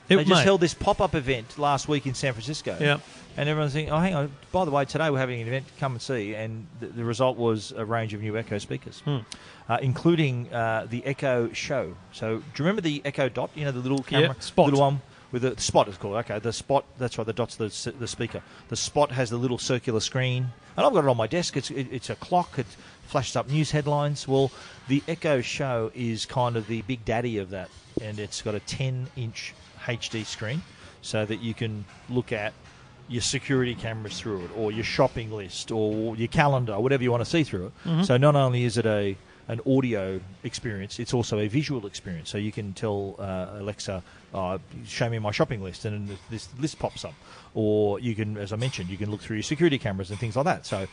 Speaker 2: It-
Speaker 3: they just
Speaker 2: mate,
Speaker 3: held this pop-up event last week in San Francisco.
Speaker 2: Yeah.
Speaker 3: And everyone's thinking, oh, hang on, by the way, today we're having an event, come and see. And the, the result was a range of new Echo speakers, uh, including uh, the Echo Show. So do you remember the Echo Dot? You know, the little camera?
Speaker 2: Spot.
Speaker 3: Little one with the spot, it's called. Okay, the spot, that's right, the dot's the, s- the speaker. The spot has the little circular screen. And I've got it on my desk. It's, it, it's a clock. It flashes up news headlines. Well, the Echo Show is kind of the big daddy of that. And it's got a 10 inch HD screen so that you can look at your security cameras through it, or your shopping list, or your calendar, whatever you want to see through it.
Speaker 2: Mm-hmm.
Speaker 3: So not only is it a an audio experience, it's also a visual experience. So you can tell uh, Alexa, uh, "Show me my shopping list," and then this list pops up. Or you can, as I mentioned, you can look through your security cameras and things like that. So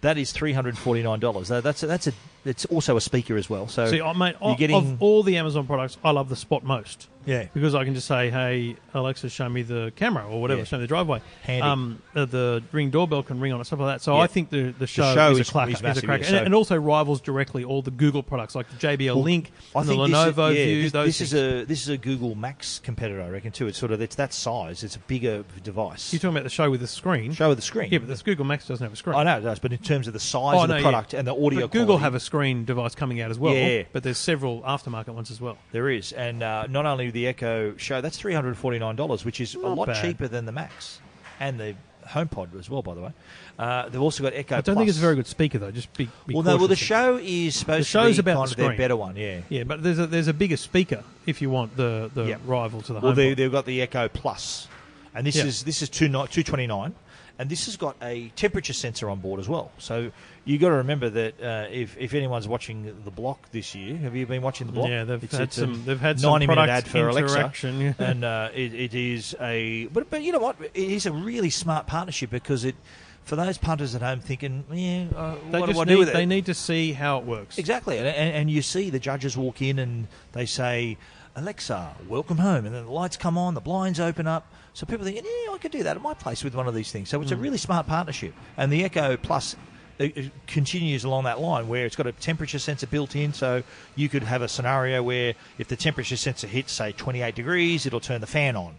Speaker 3: that is three hundred forty nine dollars. That's a, that's a it's also a speaker as well. So
Speaker 2: See, I- mate,
Speaker 3: you're
Speaker 2: o-
Speaker 3: getting
Speaker 2: of all the Amazon products, I love the Spot most.
Speaker 3: Yeah.
Speaker 2: Because I can just say, hey, Alexa, show me the camera or whatever,
Speaker 3: Yeah.
Speaker 2: show me the driveway.
Speaker 3: Handy.
Speaker 2: Um, uh, the Ring doorbell can ring on it, stuff like that. So
Speaker 3: Yeah.
Speaker 2: I think the, the, show,
Speaker 3: show
Speaker 2: is,
Speaker 3: is-
Speaker 2: a clacker.
Speaker 3: is
Speaker 2: a
Speaker 3: massive,
Speaker 2: cracker.
Speaker 3: yeah,
Speaker 2: and,
Speaker 3: so-
Speaker 2: and also rivals directly all the Google products like the JBL Link,
Speaker 3: I
Speaker 2: and the
Speaker 3: think this is-
Speaker 2: Lenovo
Speaker 3: yeah,
Speaker 2: View,
Speaker 3: This,
Speaker 2: those
Speaker 3: this
Speaker 2: things.
Speaker 3: is a this is a Google Max competitor, I reckon. Too. It's sort of it's that size. It's a bigger device.
Speaker 2: You're talking about the show with the screen.
Speaker 3: Show with the screen.
Speaker 2: Yeah, but this Google Max doesn't have a screen.
Speaker 3: I know it does, but in terms of the size
Speaker 2: Oh,
Speaker 3: of the
Speaker 2: no,
Speaker 3: product
Speaker 2: yeah.
Speaker 3: and the audio,
Speaker 2: But Google
Speaker 3: quality,
Speaker 2: have a screen device coming out as well.
Speaker 3: Yeah.
Speaker 2: But there's several aftermarket ones as well.
Speaker 3: there is, and uh, not only the Echo Show, that's three hundred forty nine dollars, which is a lot
Speaker 2: bad.
Speaker 3: cheaper than the Max and the HomePod as well, by the way. Uh, they've also got Echo.
Speaker 2: I don't think it's a very good speaker though. Just be, be
Speaker 3: Well, no, well, the
Speaker 2: cautious.
Speaker 3: show is supposed
Speaker 2: show's
Speaker 3: to be
Speaker 2: about
Speaker 3: kind
Speaker 2: the
Speaker 3: of their
Speaker 2: screen.
Speaker 3: better one, yeah.
Speaker 2: Yeah, but there's a there's a bigger speaker if you want the the
Speaker 3: Yep.
Speaker 2: rival to the
Speaker 3: Well, they,
Speaker 2: HomePod.
Speaker 3: they've got the Echo Plus, and this
Speaker 2: Yeah.
Speaker 3: is this is two two twenty nine, and this has got a temperature sensor on board as well. So you got to remember that uh, if if anyone's watching the block this year, have you been watching the block?
Speaker 2: Yeah, they've
Speaker 3: It's-
Speaker 2: had
Speaker 3: it's a
Speaker 2: some- they've had some
Speaker 3: 90 minute
Speaker 2: product
Speaker 3: ad for
Speaker 2: interaction, yeah.
Speaker 3: Alexa, and uh, it, it is a but but you know what? It is a really smart partnership because it for those punters at home thinking, yeah, uh,
Speaker 2: They
Speaker 3: what
Speaker 2: just
Speaker 3: do I
Speaker 2: need,
Speaker 3: do with it?
Speaker 2: they need to see how it works.
Speaker 3: Exactly, and, and, and you see the judges walk in and they say, "Alexa, welcome home," and then the lights come on, the blinds open up, so people think, "Yeah, I could do that at my place with one of these things." So
Speaker 2: Mm.
Speaker 3: it's a really smart partnership, and the Echo Plus. It it continues along that line where it's got a temperature sensor built in, so you could have a scenario where if the temperature sensor hits, say, 28 degrees, it'll turn the fan on,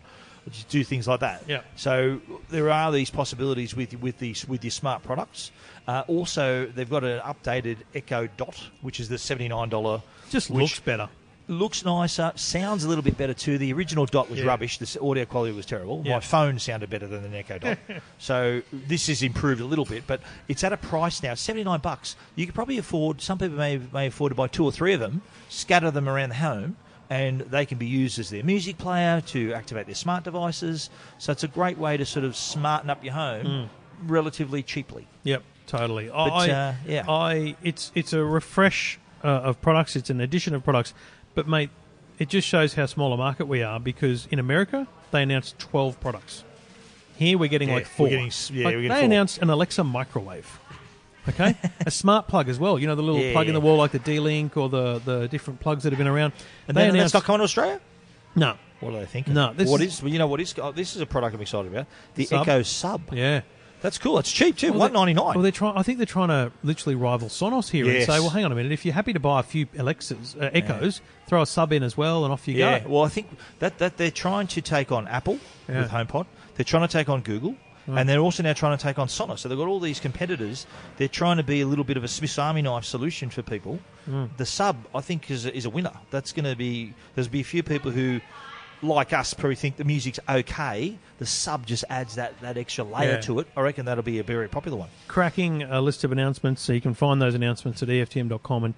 Speaker 3: Just do things like that.
Speaker 2: Yeah.
Speaker 3: So there are these possibilities with with these with your smart products. Uh, also, they've got an updated Echo Dot, which is the seventy nine dollar.
Speaker 2: Just
Speaker 3: which
Speaker 2: looks better.
Speaker 3: looks nicer, sounds a little bit better too. The original Dot was
Speaker 2: Yeah.
Speaker 3: rubbish. The audio quality was terrible.
Speaker 2: Yeah.
Speaker 3: My phone sounded better than the Echo Dot. so this is improved a little bit, but it's at a price now seventy nine bucks. You could probably afford. Some people may may afford to buy two or three of them, scatter them around the home. And they can be used as their music player to activate their smart devices. So it's a great way to sort of smarten up your home
Speaker 2: Mm.
Speaker 3: relatively cheaply.
Speaker 2: Yep, totally.
Speaker 3: But,
Speaker 2: I,
Speaker 3: uh, yeah.
Speaker 2: I it's it's a refresh uh, of products. It's an addition of products, but mate, it just shows how small a market we are because in America they announced twelve products. Here we're getting
Speaker 3: Yeah,
Speaker 2: like
Speaker 3: we're
Speaker 2: 4
Speaker 3: getting s- yeah,
Speaker 2: Like,
Speaker 3: we're getting
Speaker 2: they
Speaker 3: four.
Speaker 2: announced an Alexa microwave. Okay, a smart plug as well. You know the little
Speaker 3: Yeah,
Speaker 2: plug in the
Speaker 3: yeah.
Speaker 2: wall like the D-Link or the, the different plugs that have been around.
Speaker 3: And then that's not coming to Australia.
Speaker 2: no.
Speaker 3: What are they thinking?
Speaker 2: No, this
Speaker 3: what
Speaker 2: is-
Speaker 3: is, well, you know what is oh, this is a product I'm excited about the
Speaker 2: Sub.
Speaker 3: Echo Sub.
Speaker 2: Yeah.
Speaker 3: That's cool. It's cheap too.
Speaker 2: Well,
Speaker 3: One
Speaker 2: they-
Speaker 3: ninety
Speaker 2: Well,
Speaker 3: nine.
Speaker 2: they're trying. I think they're trying to literally rival Sonos here
Speaker 3: Yes.
Speaker 2: and say, "Well, hang on a minute. If you're happy to buy a few Alexas, uh, Echoes, throw a sub in as well, and off you
Speaker 3: Yeah.
Speaker 2: go."
Speaker 3: Well, I think that that they're trying to take on Apple
Speaker 2: Yeah.
Speaker 3: with HomePod. They're trying to take on Google, and they're also now trying to take on Sonos. So they've got all these competitors. They're trying to be a little bit of a Swiss Army knife solution for people.
Speaker 2: Mm.
Speaker 3: The Sub, I think, is a, is a winner. That's going to be there's be a few people who. Like us, probably think the music's okay. The sub just adds that, that extra layer
Speaker 2: Yeah.
Speaker 3: to it. I reckon that'll be a very popular one.
Speaker 2: Cracking uh, list of announcements. So you can find those announcements at E EFTM.com and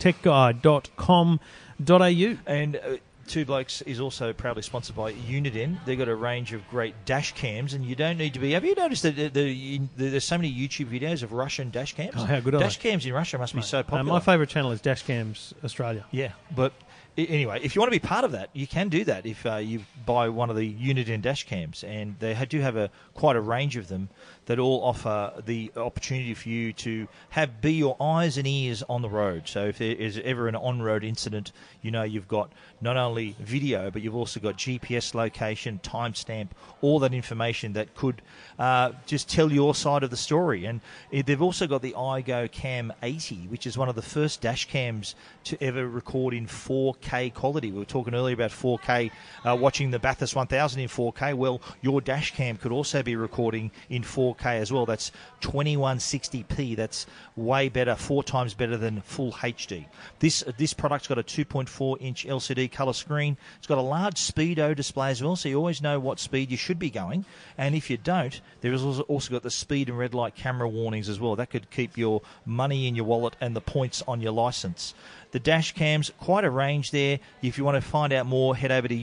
Speaker 2: TechGuide.com.au.
Speaker 3: And uh, Two Blokes is also proudly sponsored by Uniden. They've got a range of great dash cams, and you don't need to be. Have you noticed that the, the, the, there's so many YouTube videos of Russian dash cams?
Speaker 2: Oh, how good are
Speaker 3: dash
Speaker 2: they?
Speaker 3: cams in Russia must be so popular.
Speaker 2: Uh, my favourite channel is Dashcams Australia.
Speaker 3: yeah, but a- anyway, if you want to be part of that, you can do that if uh, you buy one of the Uniden dash cams, and they ha- do have a quite a range of them that all offer the opportunity for you to have be your eyes and ears on the road. So if there is ever an on-road incident, you know you've got not only video but you've also got GPS location, timestamp, all that information that could uh, just tell your side of the story. And it- they've also got the iGo Cam 80, which is one of the first dash cams to ever record in 4K quality. We were talking earlier about 4K, uh, watching the Bathurst 1000 in 4K. Well, your dash cam could also be recording in 4K as well. That's 2160p. That's way better, four times better than full HD. This uh, this product's got a 2.4 inch LCD color screen. It's got a large speedo display as well, so you always know what speed you should be going. And if you don't, there is also, also got the speed and red light camera warnings as well. That could keep your money in your wallet and the points on your license. The dash cams, quite a range there. If you want to find out more, head over to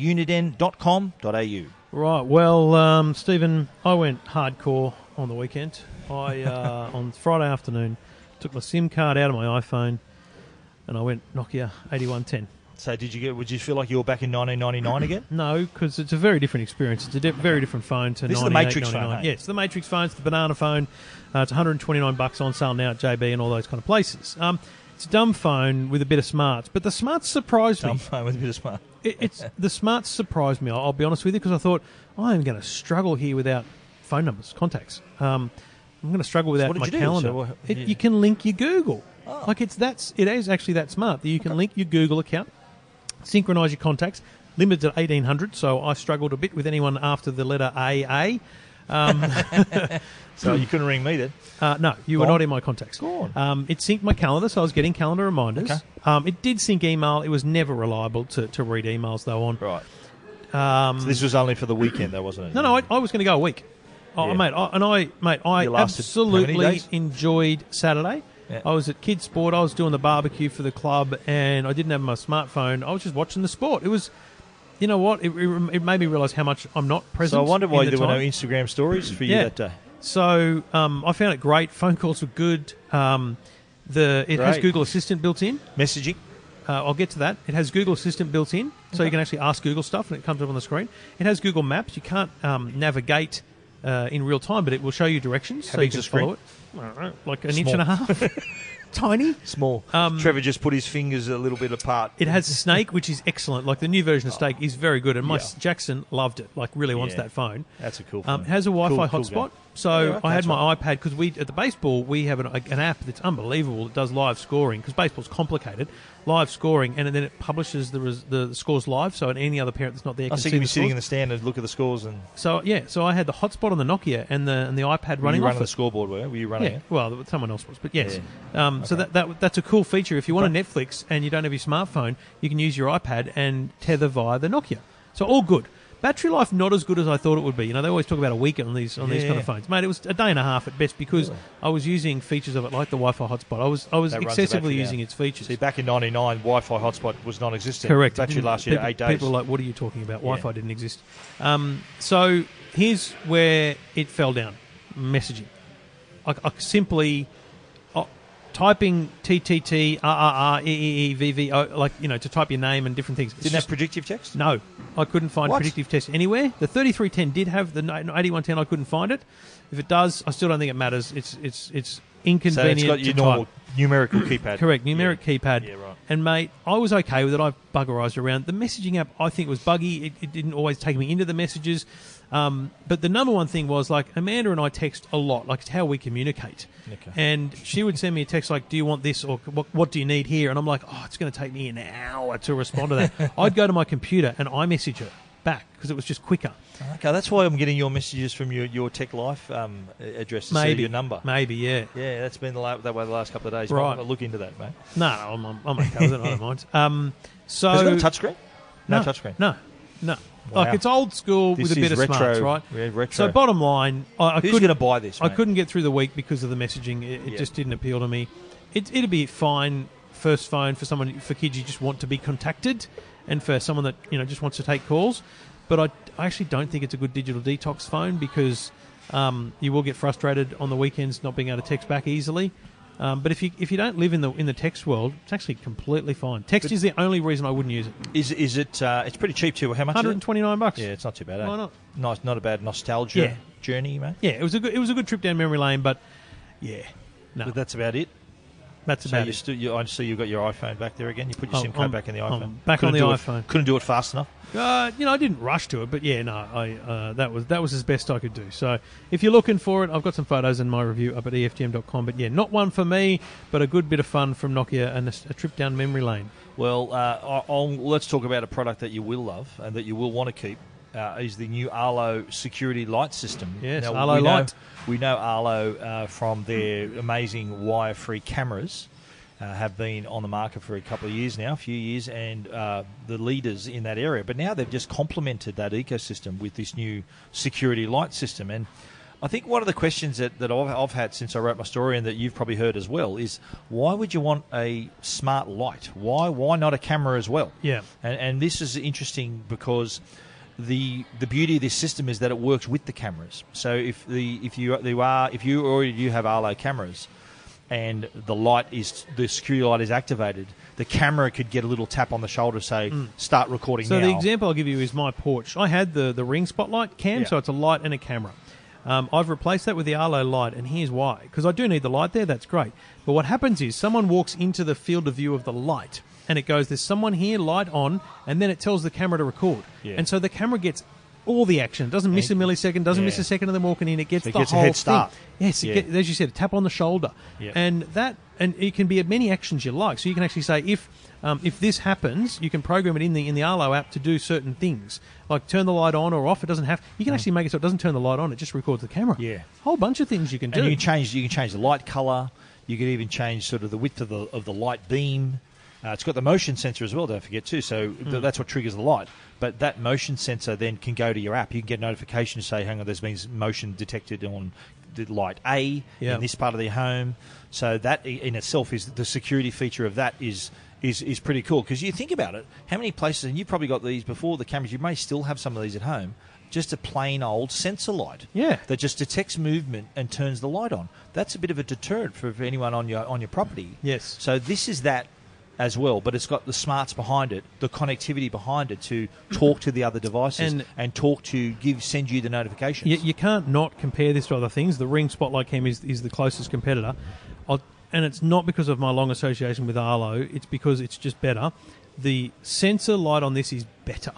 Speaker 3: uniden.com.au.
Speaker 2: Right. Well, um, Stephen, I went hardcore on the weekend. I uh, on Friday afternoon took my SIM card out of my iPhone, and I went Nokia 8110.
Speaker 3: So, did you get? Would you feel like you were back in 1999 again?
Speaker 2: No, because it's a very different experience. It's a di- very different phone to
Speaker 3: This is the
Speaker 2: 98,
Speaker 3: Matrix phone,
Speaker 2: 99.
Speaker 3: eh?
Speaker 2: Yeah, it's the Matrix phone. It's the banana phone. Uh, it's 129 bucks on sale now at JB and all those kind of places. Um, it's a dumb phone with a bit of smarts, but the smarts surprised
Speaker 3: I'm
Speaker 2: me.
Speaker 3: fine with a bit of smart.
Speaker 2: It, it's the smarts surprised me. I'll, I'll be honest with you because I thought I am going to struggle here without phone numbers, contacts. Um, I'm going to struggle without
Speaker 3: what did
Speaker 2: my
Speaker 3: you do?
Speaker 2: calendar.
Speaker 3: So what-
Speaker 2: It-
Speaker 3: yeah. Oh.
Speaker 2: You can link your Google. Like it's that's it is actually that smart that you can link your Google account, synchronize your contacts. Limited at 1800, so I struggled a bit with anyone after the letter AA.
Speaker 3: So you couldn't ring me then.
Speaker 2: Uh, no, you were
Speaker 3: Go on.
Speaker 2: not in my contacts.
Speaker 3: Go on.
Speaker 2: Um, it synced my calendar, so I was getting calendar reminders.
Speaker 3: Okay.
Speaker 2: Um, it did sync email. It was never reliable to, to read emails though on.
Speaker 3: Right. Um, so this was only for the weekend, though, wasn't it?
Speaker 2: No, no, I, I was going to go a week. Oh,
Speaker 3: Yeah.
Speaker 2: mate, I, and I, mate, I
Speaker 3: You lasted how many
Speaker 2: absolutely
Speaker 3: days?
Speaker 2: enjoyed Saturday.
Speaker 3: Yeah.
Speaker 2: I was at Kid Sport. I was doing the barbecue for the club, and I didn't have my smartphone. I was just watching the sport. It was, you know what? It, it, it made me realise how much I'm not present.
Speaker 3: So I wonder why
Speaker 2: in the
Speaker 3: there were no
Speaker 2: time.
Speaker 3: Instagram stories for you
Speaker 2: Yeah.
Speaker 3: that uh, day.
Speaker 2: So um, I found it great. Phone calls were good. Um, the it has
Speaker 3: Great.
Speaker 2: Google Assistant built in.
Speaker 3: Messaging.
Speaker 2: Uh, I'll get to that. It has Google Assistant built in, so you can actually ask Google stuff and it comes up on the screen. It has Google Maps. You can't um, navigate uh, in real time, but it will show you directions, so you
Speaker 3: big's
Speaker 2: can
Speaker 3: the screen?
Speaker 2: follow it. I don't know, Like an inch and a half, tiny.
Speaker 3: Small.
Speaker 2: Um,
Speaker 4: Trevor just put his fingers a little bit apart.
Speaker 2: It has Snake, which is excellent. Like the new version of Snake is very good, and my
Speaker 3: Oh. Yeah.
Speaker 2: s- Jackson loved it. Like really wants
Speaker 3: Yeah.
Speaker 2: that phone.
Speaker 3: That's a cool
Speaker 2: Um,
Speaker 3: phone.
Speaker 2: it has a Wi-Fi
Speaker 3: Cool, cool
Speaker 2: hotspot,
Speaker 3: game.
Speaker 2: so
Speaker 3: Yeah,
Speaker 2: I had
Speaker 3: that's
Speaker 2: my iPad because we at the baseball we have an, an app that's unbelievable. that does live scoring because baseball's complicated. Live scoring, and then it publishes the res, the scores live, so any other parent that's not there
Speaker 3: I
Speaker 2: can
Speaker 3: see
Speaker 2: see
Speaker 3: you
Speaker 2: the
Speaker 3: sitting in the
Speaker 2: scores.
Speaker 3: stand and look at the scores and
Speaker 2: So yeah, so I had the hotspot on the Nokia and the and the iPad
Speaker 3: were
Speaker 2: running
Speaker 3: you
Speaker 2: off
Speaker 3: running the
Speaker 2: it.
Speaker 3: scoreboard, were you? Were you running
Speaker 2: Yeah,
Speaker 3: it?
Speaker 2: well, th- someone else was, but yes. Um, So that, that that's a cool feature. If you want a Netflix and you don't have your smartphone, you can use your iPad and tether via the Nokia. So all good. Battery life not as good as I thought it would be. You know, they always talk about a week on these on these kind
Speaker 3: Yeah.
Speaker 2: of phones, mate. It was a day and a half at best because I was using features of it like the Wi-Fi hotspot. I was I was
Speaker 3: That runs the
Speaker 2: excessively
Speaker 3: battery down.
Speaker 2: using its features.
Speaker 3: See, back in 99, Wi Fi hotspot was non existent.
Speaker 2: Correct. It
Speaker 3: Actually,
Speaker 2: didn't-
Speaker 3: last year,
Speaker 2: people,
Speaker 3: eight days.
Speaker 2: People were like, what are you talking about? Wi-Fi didn't exist. Um, so here's where it fell down: messaging. I, I simply uh, typing TTT RRR EEEVVO, like you know, to type your name and different things. It's
Speaker 3: Didn't
Speaker 2: just-
Speaker 3: have predictive text?
Speaker 2: no, I couldn't find
Speaker 3: What?
Speaker 2: predictive test anywhere. The 3310 did have the 8110. I couldn't find it. If it does, I still don't think it matters. It's it's it's
Speaker 3: So
Speaker 2: inconvenient
Speaker 3: it's got your
Speaker 2: to type.
Speaker 3: normal numerical keypad.
Speaker 2: Correct, numeric keypad.
Speaker 3: Yeah, right.
Speaker 2: And mate, I was okay with it. I buggerized around. The messaging app, I think, was buggy. It, it didn't always take me into the messages. Um, but the number one thing was like Amanda and I text a lot. Like it's how we communicate.
Speaker 3: Okay.
Speaker 2: And she would send me a text like, "Do you want this?" or "What, what do you need here?" And I'm like, "Oh, it's going to take me an hour to respond to that." I'd go to my computer and I message her back because it was just quicker.
Speaker 3: Okay, that's why I'm getting your messages from your, your Tech Life um, a- address to see
Speaker 2: Maybe
Speaker 3: your number.
Speaker 2: Maybe yeah.
Speaker 3: Yeah, that's been the la- that way the last couple of days.
Speaker 2: Right.
Speaker 3: I'll look into that, mate.
Speaker 2: No, no, I'm, I'm, I'm okay with it. I don't mind. Um, so
Speaker 3: Has it got a touchscreen? No, touchscreen.
Speaker 2: No, no.
Speaker 3: Wow.
Speaker 2: Like it's old school
Speaker 3: This
Speaker 2: with a bit
Speaker 3: is
Speaker 2: of smarts,
Speaker 3: retro-
Speaker 2: right?
Speaker 3: yeah, retro.
Speaker 2: So bottom line, I, I
Speaker 3: Who's
Speaker 2: couldn't
Speaker 3: going to buy this?
Speaker 2: I
Speaker 3: mate?
Speaker 2: couldn't get through the week because of the messaging. It, it
Speaker 3: Yeah.
Speaker 2: just didn't appeal to me. It, it'd be fine first phone for someone for kids you just want to be contacted, and for someone that you know just wants to take calls. But I, I actually don't think it's a good digital detox phone because um, you will get frustrated on the weekends not being able to text back easily. Um, but if you if you don't live in the in the text world, it's actually completely fine. Text is the only reason I wouldn't use it.
Speaker 3: Is is it? Uh, it's pretty cheap too. How much? is it?
Speaker 2: 129 bucks.
Speaker 3: Yeah, it's not too bad.
Speaker 2: Why
Speaker 3: eh?
Speaker 2: not?
Speaker 3: Not not a bad nostalgia
Speaker 2: Yeah.
Speaker 3: journey, mate.
Speaker 2: Yeah, it was a good it was a good trip down memory lane, but yeah, no,
Speaker 3: But that's about it.
Speaker 2: that's
Speaker 3: So
Speaker 2: about
Speaker 3: you
Speaker 2: it.
Speaker 3: still, you, I see you've got your iPhone back there again. You put your
Speaker 2: Oh,
Speaker 3: SIM card
Speaker 2: I'm-
Speaker 3: back in the
Speaker 2: I'm
Speaker 3: iPhone.
Speaker 2: back on
Speaker 3: Couldn't
Speaker 2: the
Speaker 3: do it-
Speaker 2: iPhone.
Speaker 3: couldn't do it fast enough.
Speaker 2: Uh, you know, I didn't rush to it, but yeah, no, I uh, that was that was as best I could do. So if you're looking for it, I've got some photos in my review up at E EFTM.com. But yeah, not one for me, but a good bit of fun from Nokia and a, s- a trip down memory lane.
Speaker 3: Well, uh, I- I'll, let's talk about a product that you will love and that you will want to keep. Uh, is the new Arlo security light system?
Speaker 2: Yes,
Speaker 3: Now,
Speaker 2: Arlo
Speaker 3: we know-
Speaker 2: Light.
Speaker 3: we know Arlo uh, from their amazing wire-free cameras. Uh, have been on the market for a couple of years now, a few years, and uh, the leaders in that area. But now they've just complemented that ecosystem with this new security light system. And I think one of the questions that, that I've, I've had since I wrote my story and that you've probably heard as well is why would you want a smart light? Why why not a camera as well?
Speaker 2: Yeah.
Speaker 3: And, and this is interesting because the the beauty of this system is that it works with the cameras. So if the if you you are if you already do have Arlo cameras and the light is the security light is activated, the camera could get a little tap on the shoulder say start recording
Speaker 2: Mm. So
Speaker 3: now.
Speaker 2: the example I'll give you is my Porsche. I had the the Ring Spotlight cam,
Speaker 3: Yeah.
Speaker 2: so it's a light and a camera. Um, I've replaced that with the Arlo light, and here's why: because I do need the light there. That's great, but what happens is someone walks into the field of view of the light, and it goes, "There's someone here, light on," and then it tells the camera to record,
Speaker 3: Yeah.
Speaker 2: and so the camera gets all the action. It Doesn't miss a millisecond. Doesn't miss
Speaker 3: Yeah.
Speaker 2: a second of them walking in. It gets
Speaker 3: So it
Speaker 2: the
Speaker 3: gets a
Speaker 2: whole
Speaker 3: head start.
Speaker 2: thing. Yes, it
Speaker 3: Yeah.
Speaker 2: get- as you said, a tap on the shoulder,
Speaker 3: Yeah.
Speaker 2: and that, and it can be at many actions you like. So you can actually say if um, if this happens, you can program it in the in the Arlo app to do certain things, like turn the light on or off. It doesn't have. You can actually make it so it doesn't turn the light on. It just records the camera.
Speaker 3: Mm. Yeah.
Speaker 2: whole bunch of things you can do.
Speaker 3: and you can change you can change the light color. You could even change sort of the width of the of the light beam. Uh, it's got the motion sensor as well, don't forget, too. So th-
Speaker 2: Hmm.
Speaker 3: that's what triggers the light. But that motion sensor then can go to your app. You can get a notification to say, hang on, there's been motion detected on the light A
Speaker 2: Yeah.
Speaker 3: in this part of the home. So that i- in itself is the security feature of that is. Is, is pretty cool because you think about it. How many places, and you've probably got these before the cameras, you may still have some of these at home, just a plain old sensor light
Speaker 2: Yeah.
Speaker 3: that just detects movement and turns the light on. That's a bit of a deterrent for for anyone on your on your property.
Speaker 2: Yes.
Speaker 3: So this is that as well, but it's got the smarts behind it, the connectivity behind it to talk to the other devices
Speaker 2: And-
Speaker 3: and, talk to give send you the notifications.
Speaker 2: You, you can't not compare this to other things. The Ring Spotlight Cam is, is the closest competitor. I'll, and it's not because of my long association with Arlo, it's because it's just better. The sensor light on this is better.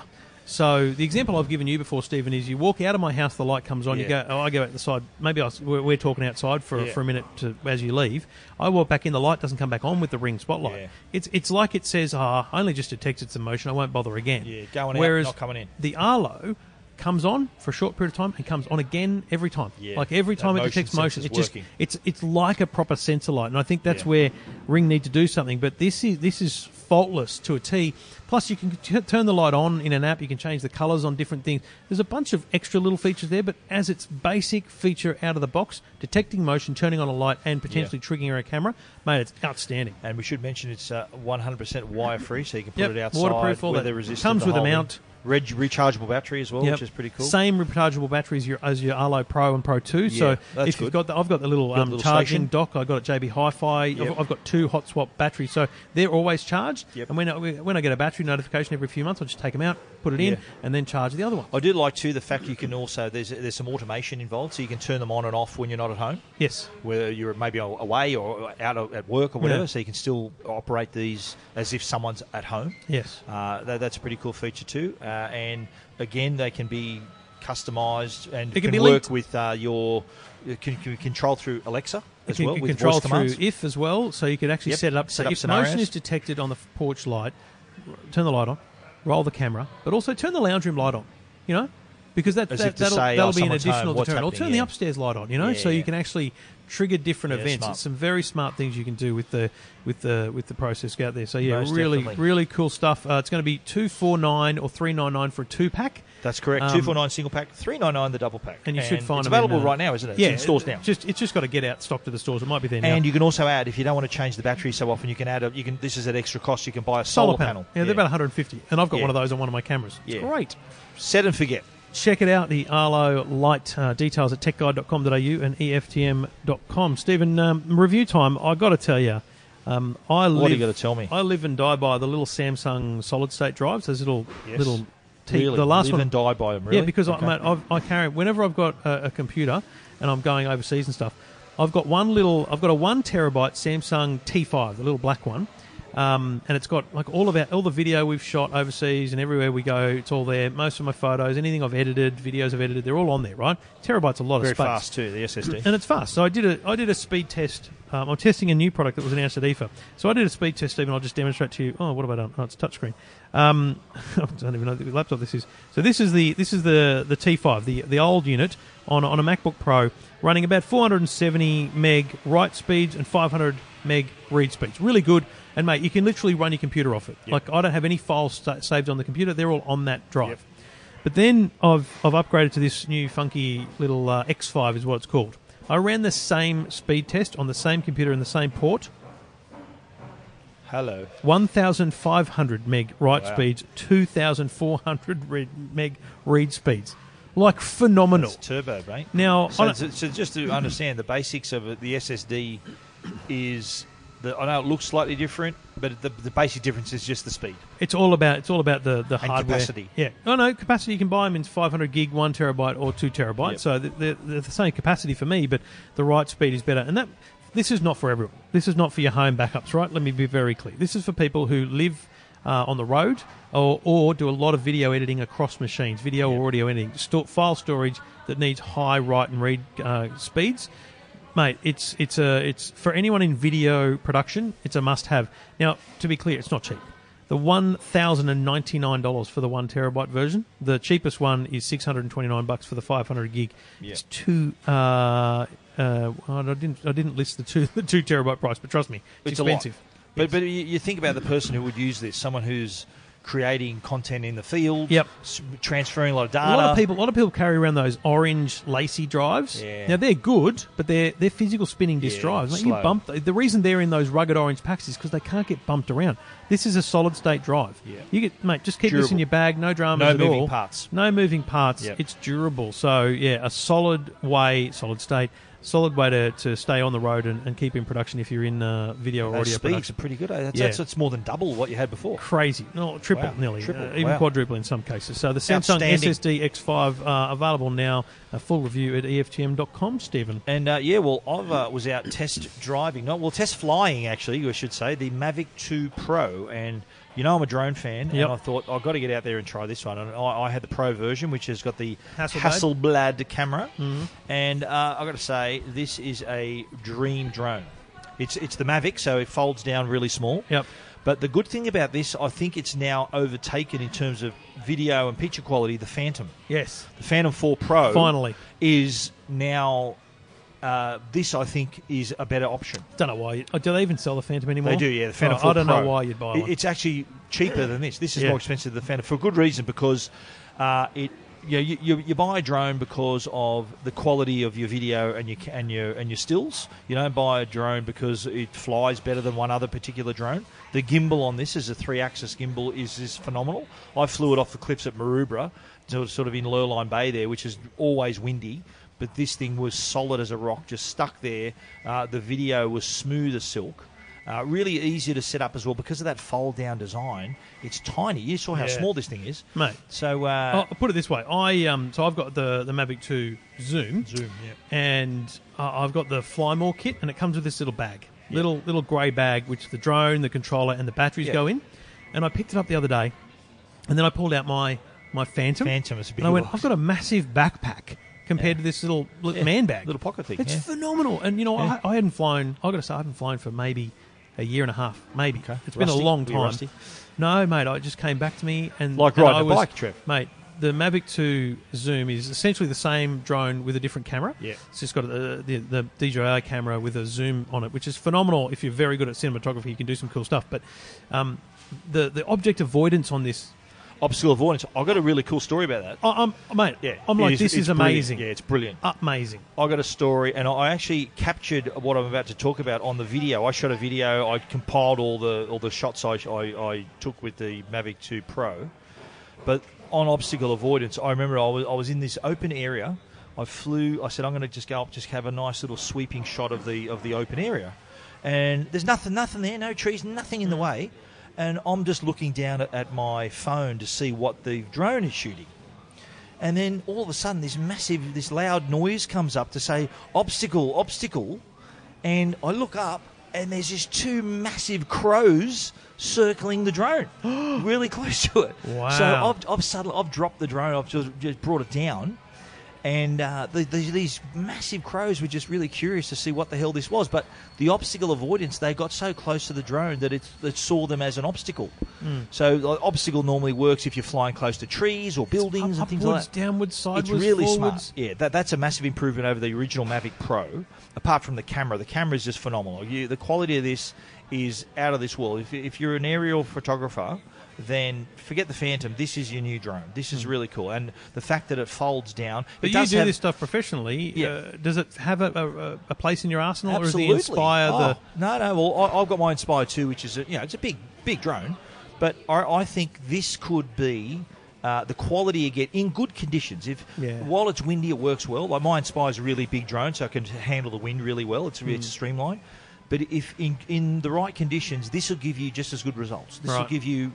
Speaker 2: So the example I've given you before, Stephen, is you walk out of my house, the light comes on. You go,
Speaker 3: Yeah.
Speaker 2: oh, I go out the side. Maybe I, s- we're, we're talking outside for,
Speaker 3: Yeah.
Speaker 2: for a minute to, as you leave. I walk back in, the light doesn't come back on with the Ring Spotlight.
Speaker 3: Yeah.
Speaker 2: It's it's like it says, ah, I only just detected some motion. I won't bother again.
Speaker 3: Yeah, going out,
Speaker 2: Whereas
Speaker 3: not coming in.
Speaker 2: the Arlo comes on for a short period of time and comes on again every time.
Speaker 3: Yeah,
Speaker 2: Like every
Speaker 3: that
Speaker 2: time it
Speaker 3: motion
Speaker 2: detects motion,
Speaker 3: sensor's
Speaker 2: it just
Speaker 3: working.
Speaker 2: it's it's like a proper sensor light, and I think that's
Speaker 3: Yeah.
Speaker 2: where Ring need to do something. But this is this is faultless to a T. Plus, you can t- turn the light on in an app. You can change the colours on different things. There's a bunch of extra little features there, but as its basic feature out of the box, detecting motion, turning on a light, and potentially triggering a camera, mate, it's outstanding.
Speaker 3: And we should mention it's uh, 100% wire free, so you can put
Speaker 2: Yep,
Speaker 3: it outside.
Speaker 2: waterproof, all that.
Speaker 3: weather resistant,
Speaker 2: Comes
Speaker 3: the
Speaker 2: with a
Speaker 3: whole thing.
Speaker 2: mount.
Speaker 3: Reg- rechargeable battery as well,
Speaker 2: Yep.
Speaker 3: which is pretty cool.
Speaker 2: Same rechargeable batteries your, as your Arlo Pro and Pro Two. so
Speaker 3: Yeah, that's
Speaker 2: if you've got
Speaker 3: good.
Speaker 2: the, I've got the little, um,
Speaker 3: little
Speaker 2: charging
Speaker 3: station.
Speaker 2: dock. I got at JB Hi-Fi. I've,
Speaker 3: Yep.
Speaker 2: I've got two hot swap batteries, so they're always charged.
Speaker 3: Yep.
Speaker 2: And when I, when I get a battery notification every few months, I just take them out, put it in,
Speaker 3: Yeah.
Speaker 2: and then charge the other one.
Speaker 3: I do like too the fact you can also there's there's some automation involved, so you can turn them on and off when you're not at home.
Speaker 2: Yes.
Speaker 3: whether you're maybe away or out of- at work or whatever,
Speaker 2: Yeah.
Speaker 3: so you can still operate these as if someone's at home.
Speaker 2: Yes.
Speaker 3: Uh, that, that's a pretty cool feature too. Uh, and again, they can be customized and
Speaker 2: It can
Speaker 3: can,
Speaker 2: be
Speaker 3: work
Speaker 2: linked.
Speaker 3: with uh, your it can, can be controlled through Alexa as
Speaker 2: you can,
Speaker 3: well
Speaker 2: you
Speaker 3: with
Speaker 2: control
Speaker 3: voice
Speaker 2: through
Speaker 3: commands.
Speaker 2: if as well, so you could actually
Speaker 3: Yep,
Speaker 2: set it up.
Speaker 3: set
Speaker 2: so
Speaker 3: up
Speaker 2: if motion
Speaker 3: scenarios.
Speaker 2: is detected on the f- porch light, r- turn the light on, roll the camera, but also turn the lounge room light on. You know, because that,
Speaker 3: As
Speaker 2: that
Speaker 3: if to
Speaker 2: that'll,
Speaker 3: say,
Speaker 2: that'll
Speaker 3: "Oh,
Speaker 2: be an
Speaker 3: someone's home,
Speaker 2: additional
Speaker 3: what's
Speaker 2: deterrent. Or
Speaker 3: happening?"
Speaker 2: turn the
Speaker 3: Yeah.
Speaker 2: upstairs light on. You know,
Speaker 3: Yeah,
Speaker 2: so you
Speaker 3: yeah.
Speaker 2: can actually trigger different
Speaker 3: Yeah,
Speaker 2: events.
Speaker 3: smart.
Speaker 2: It's some very smart things you can do with the with the with the process out there. So yeah,
Speaker 3: Most
Speaker 2: really
Speaker 3: definitely.
Speaker 2: really cool stuff. Uh, it's going to be two four nine or three nine nine for a two pack.
Speaker 3: That's correct.
Speaker 2: Um,
Speaker 3: Two four nine single pack, three nine nine the double pack,
Speaker 2: And you should find
Speaker 3: it's
Speaker 2: them in,
Speaker 3: available
Speaker 2: uh,
Speaker 3: right now, isn't it?
Speaker 2: yeah,
Speaker 3: it's in stores now.
Speaker 2: Just it's just got to get out stock to the stores. It might be there now.
Speaker 3: and you can also add if you don't want to change the battery so often, you can add a, you can this is at extra cost. You can buy a solar, panel.
Speaker 2: Yeah, they're about 150, and I've got
Speaker 3: Yeah.
Speaker 2: one of those on one of my cameras. It's
Speaker 3: Yeah.
Speaker 2: great.
Speaker 3: set and forget.
Speaker 2: Check it out, the Arlo Light uh, details at techguide.com.au and E eftm.com. Stephen, um, review time. i got to tell you, um, I live,
Speaker 3: What are you going to tell me?
Speaker 2: I live and die by the little Samsung solid state drives, those little,
Speaker 3: Yes.
Speaker 2: little te-
Speaker 3: Really,
Speaker 2: the last
Speaker 3: live
Speaker 2: one.
Speaker 3: and die by them. Really?
Speaker 2: Yeah, because
Speaker 3: Okay.
Speaker 2: I, mate, I've, I carry whenever I've got a, a computer and I'm going overseas and stuff. I've got one little, I've got a one terabyte Samsung T5, the little black one, um, and it's got like all of our, all the video we've shot overseas and everywhere we go, it's all there. Most of my photos, anything I've edited, videos I've edited, they're all on there, right? Terabytes a lot
Speaker 3: very
Speaker 2: of space Mm.
Speaker 3: fast too. The SSD.
Speaker 2: and it's fast. So I did a I did a speed test. Um, I'm testing a new product that was announced at IFA. So I did a speed test, Stephen. I'll just demonstrate to you. Oh, what have I done? Oh, it's touchscreen. Um, I don't even know the laptop this is. So this is the this is the the T5, the the old unit on on a MacBook Pro, running about 470 meg write speeds and 500 meg read speeds. Really good. And mate, you can literally run your computer off it. Like I don't have any files sta- saved on the computer. They're all on that drive. But then I've, I've upgraded to this new funky little uh, X5 is what it's called. I ran the same speed test on the same computer in the same port.
Speaker 3: Hello.
Speaker 2: 1,500 meg write
Speaker 3: Wow.
Speaker 2: speeds, 2,400 read, meg read speeds. Like phenomenal.
Speaker 3: It's turbo, mate.
Speaker 2: Now, I
Speaker 3: So,
Speaker 2: don't-
Speaker 3: so- so just to understand the basics of it, the SSD is the, I know it looks slightly different, but the, the basic difference is just the speed.
Speaker 2: It's all about it's all about the the hardware
Speaker 3: capacity.
Speaker 2: Yeah. Oh no, capacity you can buy them in 500 gig, one terabyte, or two terabyte.
Speaker 3: Yep.
Speaker 2: So th- they're, they're the same capacity for me, but the write speed is better. And that this is not for everyone. This is not for your home backups, right? Let me be very clear. This is for people who live uh, on the road or, or do a lot of video editing across machines, video or audio editing, store, file storage that needs high write and read uh, speeds mate it's it's a it's for anyone in video production it's a must have now to be clear it's not cheap the $1099 for the 1 terabyte version the cheapest one is 629 bucks for the 500 gig it's two uh uh, I didn't. I didn't list the two the two terabyte price, but trust me, it's,
Speaker 3: It's a lot.
Speaker 2: expensive.
Speaker 3: But but you, you think about the person who would use this, someone who's creating content in the field,
Speaker 2: Yep.
Speaker 3: s- transferring a lot of data.
Speaker 2: A lot of people, a lot of people carry around those orange lacy drives.
Speaker 3: Yeah.
Speaker 2: Now they're good, but they're they're physical spinning disc
Speaker 3: Yeah,
Speaker 2: drives. Like, you
Speaker 3: slow.
Speaker 2: bump the reason they're in those rugged orange packs is because they can't get bumped around. This is a solid state drive.
Speaker 3: Yeah.
Speaker 2: You get mate, just keep this in
Speaker 3: Durable.
Speaker 2: your bag. No dramas
Speaker 3: No
Speaker 2: at
Speaker 3: moving
Speaker 2: all.
Speaker 3: parts.
Speaker 2: No moving parts.
Speaker 3: Yep.
Speaker 2: It's durable. So yeah, a solid way, solid state, solid way to, to stay on the road and, and keep in production if you're in uh, video or
Speaker 3: Those
Speaker 2: audio
Speaker 3: speeds
Speaker 2: production.
Speaker 3: are pretty good. eh? That's,
Speaker 2: Yeah.
Speaker 3: that's, that's more than double what you had before.
Speaker 2: crazy. No, triple
Speaker 3: Wow,
Speaker 2: nearly,
Speaker 3: triple,
Speaker 2: uh, even
Speaker 3: wow.
Speaker 2: quadruple in some cases. So the Samsung
Speaker 3: Outstanding.
Speaker 2: SSD X5 uh, available now. A full review at E EFTM.com, Stephen.
Speaker 3: And uh, yeah, well, I uh, was out test driving, not well, test flying actually, I should say, the Mavic 2 Pro. And you know, I'm a drone fan,
Speaker 2: Yep.
Speaker 3: and I thought I've got to get out there and try this one. And I, I had the Pro version, which has got the
Speaker 2: Hasselblad? Mm-hmm.
Speaker 3: Hasselblad, camera, and uh, I've got to say, this is a dream drone. It's it's the Mavic, so it folds down really small.
Speaker 2: Yep.
Speaker 3: But the good thing about this, I think it's now overtaken in terms of video and picture quality. The Phantom,
Speaker 2: Yes.
Speaker 3: the Phantom 4 Pro,
Speaker 2: Finally.
Speaker 3: is now uh, this I think is a better option.
Speaker 2: Don't know why. you- oh, do they even sell the Phantom anymore?
Speaker 3: They do, yeah. The Phantom
Speaker 2: Oh,
Speaker 3: 4
Speaker 2: I don't
Speaker 3: Pro.
Speaker 2: know why you'd buy
Speaker 3: It-
Speaker 2: one.
Speaker 3: It's actually cheaper than this. This is
Speaker 2: Yeah.
Speaker 3: more expensive than the Phantom for good reason because uh, it. You, know, you, you, you buy a drone because of the quality of your video and your ca- and your and your stills. You don't buy a drone because it flies better than one other particular drone. The gimbal on this is a three-axis gimbal is is phenomenal. I flew it off the cliffs at Maroubra, so it's sort of in Lurline Bay there, which is always windy but this thing was solid as a rock, just stuck there. Uh, the video was smooth as silk. Uh, really easy to set up as well because of that fold down design. It's tiny. You saw how
Speaker 2: Yeah.
Speaker 3: small this thing is,
Speaker 2: Mate.
Speaker 3: So
Speaker 2: Oh,
Speaker 3: uh,
Speaker 2: I'll put it this way. I um, so I've got the the Mavic 2 Zoom. Zoom, yeah. And uh, I've got the Fly More kit, and it comes with this little bag, little little grey bag, which the drone, the controller, and the batteries
Speaker 3: Yeah.
Speaker 2: go in. And I picked it up the other day, and then I pulled out my my Phantom.
Speaker 3: Phantom is a big
Speaker 2: And I went,
Speaker 3: box.
Speaker 2: I've got a massive backpack compared to this little, little man bag,
Speaker 3: little pocket thing,
Speaker 2: It's
Speaker 3: yeah.
Speaker 2: phenomenal. And you know, I, I hadn't flown. I got to say, I haven't flown for maybe a year and a half, maybe.
Speaker 3: Okay.
Speaker 2: It's been a
Speaker 3: Rusty?
Speaker 2: long
Speaker 3: Were you
Speaker 2: time.
Speaker 3: rusty?
Speaker 2: No, mate, I it just came back to me and
Speaker 3: Like
Speaker 2: and
Speaker 3: riding
Speaker 2: I
Speaker 3: a
Speaker 2: was-
Speaker 3: bike, Trev.
Speaker 2: mate. The Mavic 2 zoom is essentially the same drone with a different camera. Yeah, it's just got the, the the DJI camera with a zoom on it, which is phenomenal. If you're very good at cinematography, you can do some cool stuff. But um, the the object avoidance on this,
Speaker 3: obstacle avoidance. I got a really cool story about that.
Speaker 2: I, I'm mate,
Speaker 3: Yeah,
Speaker 2: Oh, I'm
Speaker 3: it
Speaker 2: like this
Speaker 3: it's
Speaker 2: is
Speaker 3: brilliant.
Speaker 2: amazing,
Speaker 3: Yeah, it's brilliant.
Speaker 2: amazing.
Speaker 3: I got a story, and I actually captured what I'm about to talk about on the video. I shot a video. I compiled all the all the shots I, I, I took with the Mavic 2 Pro, but on obstacle avoidance, I remember I was I was in this open area. I flew. I said I'm going to just go up, just have a nice little sweeping shot of the of the open area, and there's nothing, nothing there, no trees, nothing in the way, and I'm just looking down at, at my phone to see what the drone is shooting. And then all of a sudden, this massive, this loud noise comes up to say, obstacle, obstacle. And I look up, and there's just two massive crows circling the drone, really close to it. So
Speaker 2: Wow.
Speaker 3: I've, I've suddenly, I've dropped the drone, I've just, just brought it down. And uh, the, the, these massive crows were just really curious to see what the hell this was. But the obstacle avoidance, they got so close to the drone that it, it saw them as an obstacle.
Speaker 2: Hmm.
Speaker 3: So the obstacle normally works if you're flying close to trees or buildings and things like
Speaker 2: Upwards,
Speaker 3: that.
Speaker 2: downwards, sideways,
Speaker 3: It's really
Speaker 2: forwards.
Speaker 3: smart. Yeah, that, that's a massive improvement over the original Mavic Pro. Apart from the camera, the camera is just phenomenal. You, the quality of this is out of this world. If, if you're an aerial photographer, then forget the Phantom. This is your new drone. This is really cool, and the fact that it folds down.
Speaker 2: Hmm. But
Speaker 3: it
Speaker 2: you
Speaker 3: does
Speaker 2: do
Speaker 3: have-
Speaker 2: this stuff professionally.
Speaker 3: Yeah.
Speaker 2: Uh, does it have a, a, a place in your arsenal,
Speaker 3: Absolutely.
Speaker 2: or does it inspire the?
Speaker 3: Oh, No, no. Well, I, I've got my Inspire two, which is a, you know it's a big, big drone, but I, I think this could be. Uh, the quality you get in good conditions. If
Speaker 2: Yeah.
Speaker 3: while it's windy, it works well. Like my Inspire is a really big drone, so it can handle the wind really well. It's
Speaker 2: Hmm.
Speaker 3: it's streamlined. But if in in the right conditions, this will give you just as good results. This will
Speaker 2: Right.
Speaker 3: give you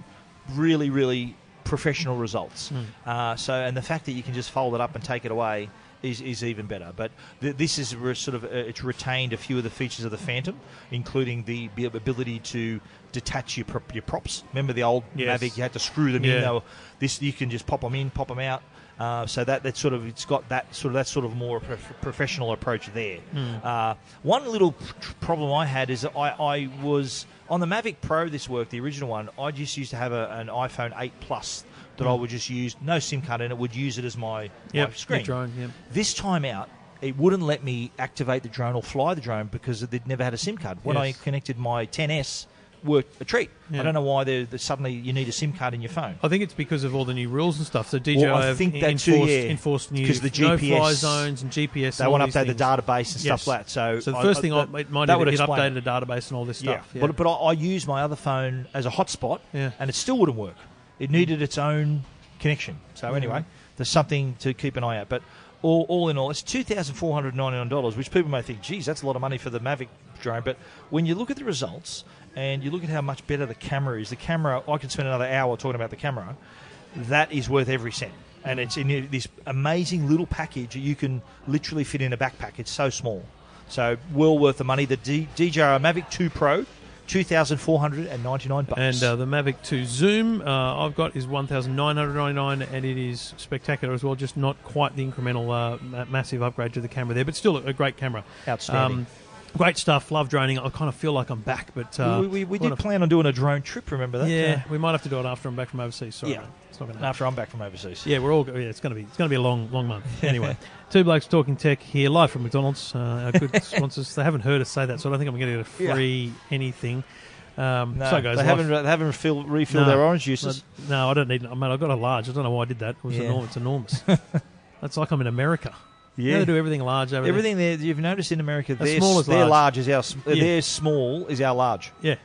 Speaker 3: really, really professional results.
Speaker 2: Hmm.
Speaker 3: Uh, so, and the fact that you can just fold it up and take it away is, is even better. But th- this is re- sort of uh, it's retained a few of the features of the Phantom, including the b- ability to detach your prop, your props. Remember the old
Speaker 2: Yes.
Speaker 3: Mavic, you had to screw them
Speaker 2: Yeah.
Speaker 3: in. They were, this you can just pop them in, pop them out. Uh, so that that sort of it's got that sort of that sort of more prof- professional approach there.
Speaker 2: Hmm.
Speaker 3: Uh, one little p- tr- problem I had is that I, I was on the Mavic Pro. This worked the original one. I just used to have a, an iPhone 8 Plus that I would just use no SIM card in it. Would use it as my,
Speaker 2: Hmm. Yep,
Speaker 3: my
Speaker 2: your
Speaker 3: screen.
Speaker 2: drone, yep.
Speaker 3: This time out, it wouldn't let me activate the drone or fly the drone because it would never had a SIM card. When
Speaker 2: Yes.
Speaker 3: I connected my 10s worked a treat.
Speaker 2: Yeah.
Speaker 3: I don't know why they're, they suddenly you need a SIM card in your phone.
Speaker 2: I think it's because of all the new rules and stuff. So DJI
Speaker 3: Well, I
Speaker 2: have
Speaker 3: think
Speaker 2: en-
Speaker 3: that
Speaker 2: enforced,
Speaker 3: too, yeah.
Speaker 2: enforced new
Speaker 3: 'Cause the
Speaker 2: no-fly
Speaker 3: GPS
Speaker 2: zones and GPS.
Speaker 3: They
Speaker 2: and
Speaker 3: want
Speaker 2: all
Speaker 3: to update
Speaker 2: these
Speaker 3: the
Speaker 2: things.
Speaker 3: database and
Speaker 2: Yes.
Speaker 3: stuff like that. So,
Speaker 2: So the
Speaker 3: I-
Speaker 2: first
Speaker 3: I-
Speaker 2: thing, I, it might
Speaker 3: that
Speaker 2: need
Speaker 3: would
Speaker 2: to get
Speaker 3: explain it.
Speaker 2: updated the database and all this stuff. Yeah.
Speaker 3: But, but I, I used my other phone as a hotspot,
Speaker 2: Yeah.
Speaker 3: and it still wouldn't work. It needed its own connection. So
Speaker 2: Mm-hmm.
Speaker 3: anyway, there's something to keep an eye out. But all, all in all, it's two thousand four hundred ninety nine dollars, which people may think, geez, that's a lot of money for the Mavic drone. But when you look at the results and you look at how much better the camera is, the camera I could spend another hour talking about the camera. That is worth every cent. And it's in this amazing little package that you can literally fit in a backpack. It's so small. So well worth the money. The D- DJI Mavic 2 Pro, 2,499 bucks.
Speaker 2: and uh, the Mavic 2 Zoom uh, I've got is 1,999, and it is spectacular as well. Just not quite the incremental uh, ma- massive upgrade to the camera there, but still a, a great camera. Um,
Speaker 3: Outstanding.
Speaker 2: great stuff. Love droning. I kind of feel like I'm back, but uh,
Speaker 3: we we, we
Speaker 2: wanna-
Speaker 3: did plan on doing a drone trip, remember that?
Speaker 2: yeah,
Speaker 3: Uh,
Speaker 2: we might have to do it after I'm back from overseas. Sorry,
Speaker 3: Yeah.
Speaker 2: mate. it's not going to happen.
Speaker 3: after I'm back from overseas.
Speaker 2: Yeah, we're all. go- Yeah, it's gonna be. It's gonna be a long, long month. Anyway, two blokes talking tech here live from McDonald's. Uh, our good sponsors. They haven't heard us say that, so I don't think I'm gonna get a
Speaker 3: Yeah.
Speaker 2: free anything. Um,
Speaker 3: No,
Speaker 2: so goes
Speaker 3: they
Speaker 2: life.
Speaker 3: haven't, they haven't refill, refilled
Speaker 2: No.
Speaker 3: their orange juices.
Speaker 2: But- no, I don't need. I mean, I've got a large. I don't know why I did that. It was
Speaker 3: Yeah.
Speaker 2: enormous. It's enormous. That's like I'm in America. You know
Speaker 3: Yeah.
Speaker 2: they do everything large over there.
Speaker 3: Everything there, you've noticed in America, their,
Speaker 2: small
Speaker 3: small
Speaker 2: is
Speaker 3: their
Speaker 2: large.
Speaker 3: large. is our, sm- uh,
Speaker 2: Yeah.
Speaker 3: their small is our large.
Speaker 2: Yeah,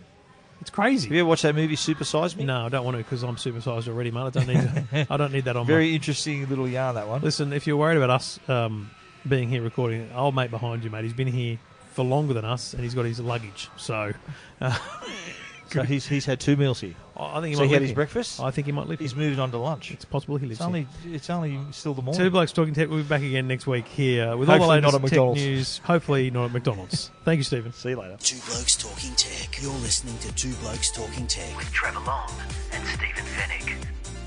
Speaker 2: it's crazy.
Speaker 3: Have you ever watched that movie, Super Size Me?
Speaker 2: No, I don't want to because I'm supersized already, mate. I don't need. To, I don't need that on my
Speaker 3: Very interesting little yarn, that one.
Speaker 2: Listen, if you're worried about us um, being here recording, old mate behind you, mate, he's been here for longer than us, and he's got his luggage. So
Speaker 3: So he's, he's had two meals here.
Speaker 2: I I think he
Speaker 3: So
Speaker 2: might live
Speaker 3: he had his
Speaker 2: here.
Speaker 3: breakfast.
Speaker 2: I think he might live.
Speaker 3: He's
Speaker 2: here.
Speaker 3: moved on to lunch.
Speaker 2: It's possible he lives.
Speaker 3: It's only, it's only still the
Speaker 2: here.
Speaker 3: morning.
Speaker 2: Two blokes talking tech. We'll be back again next week here with all the
Speaker 3: Hopefully not
Speaker 2: latest
Speaker 3: at
Speaker 2: tech
Speaker 3: McDonald's.
Speaker 2: news. Hopefully not at McDonald's. Thank you, Stephen.
Speaker 3: See you later.
Speaker 1: Two Blokes Talking Tech. You're listening to Two Blokes Talking Tech.
Speaker 5: Trevor Long and Stephen Finnick.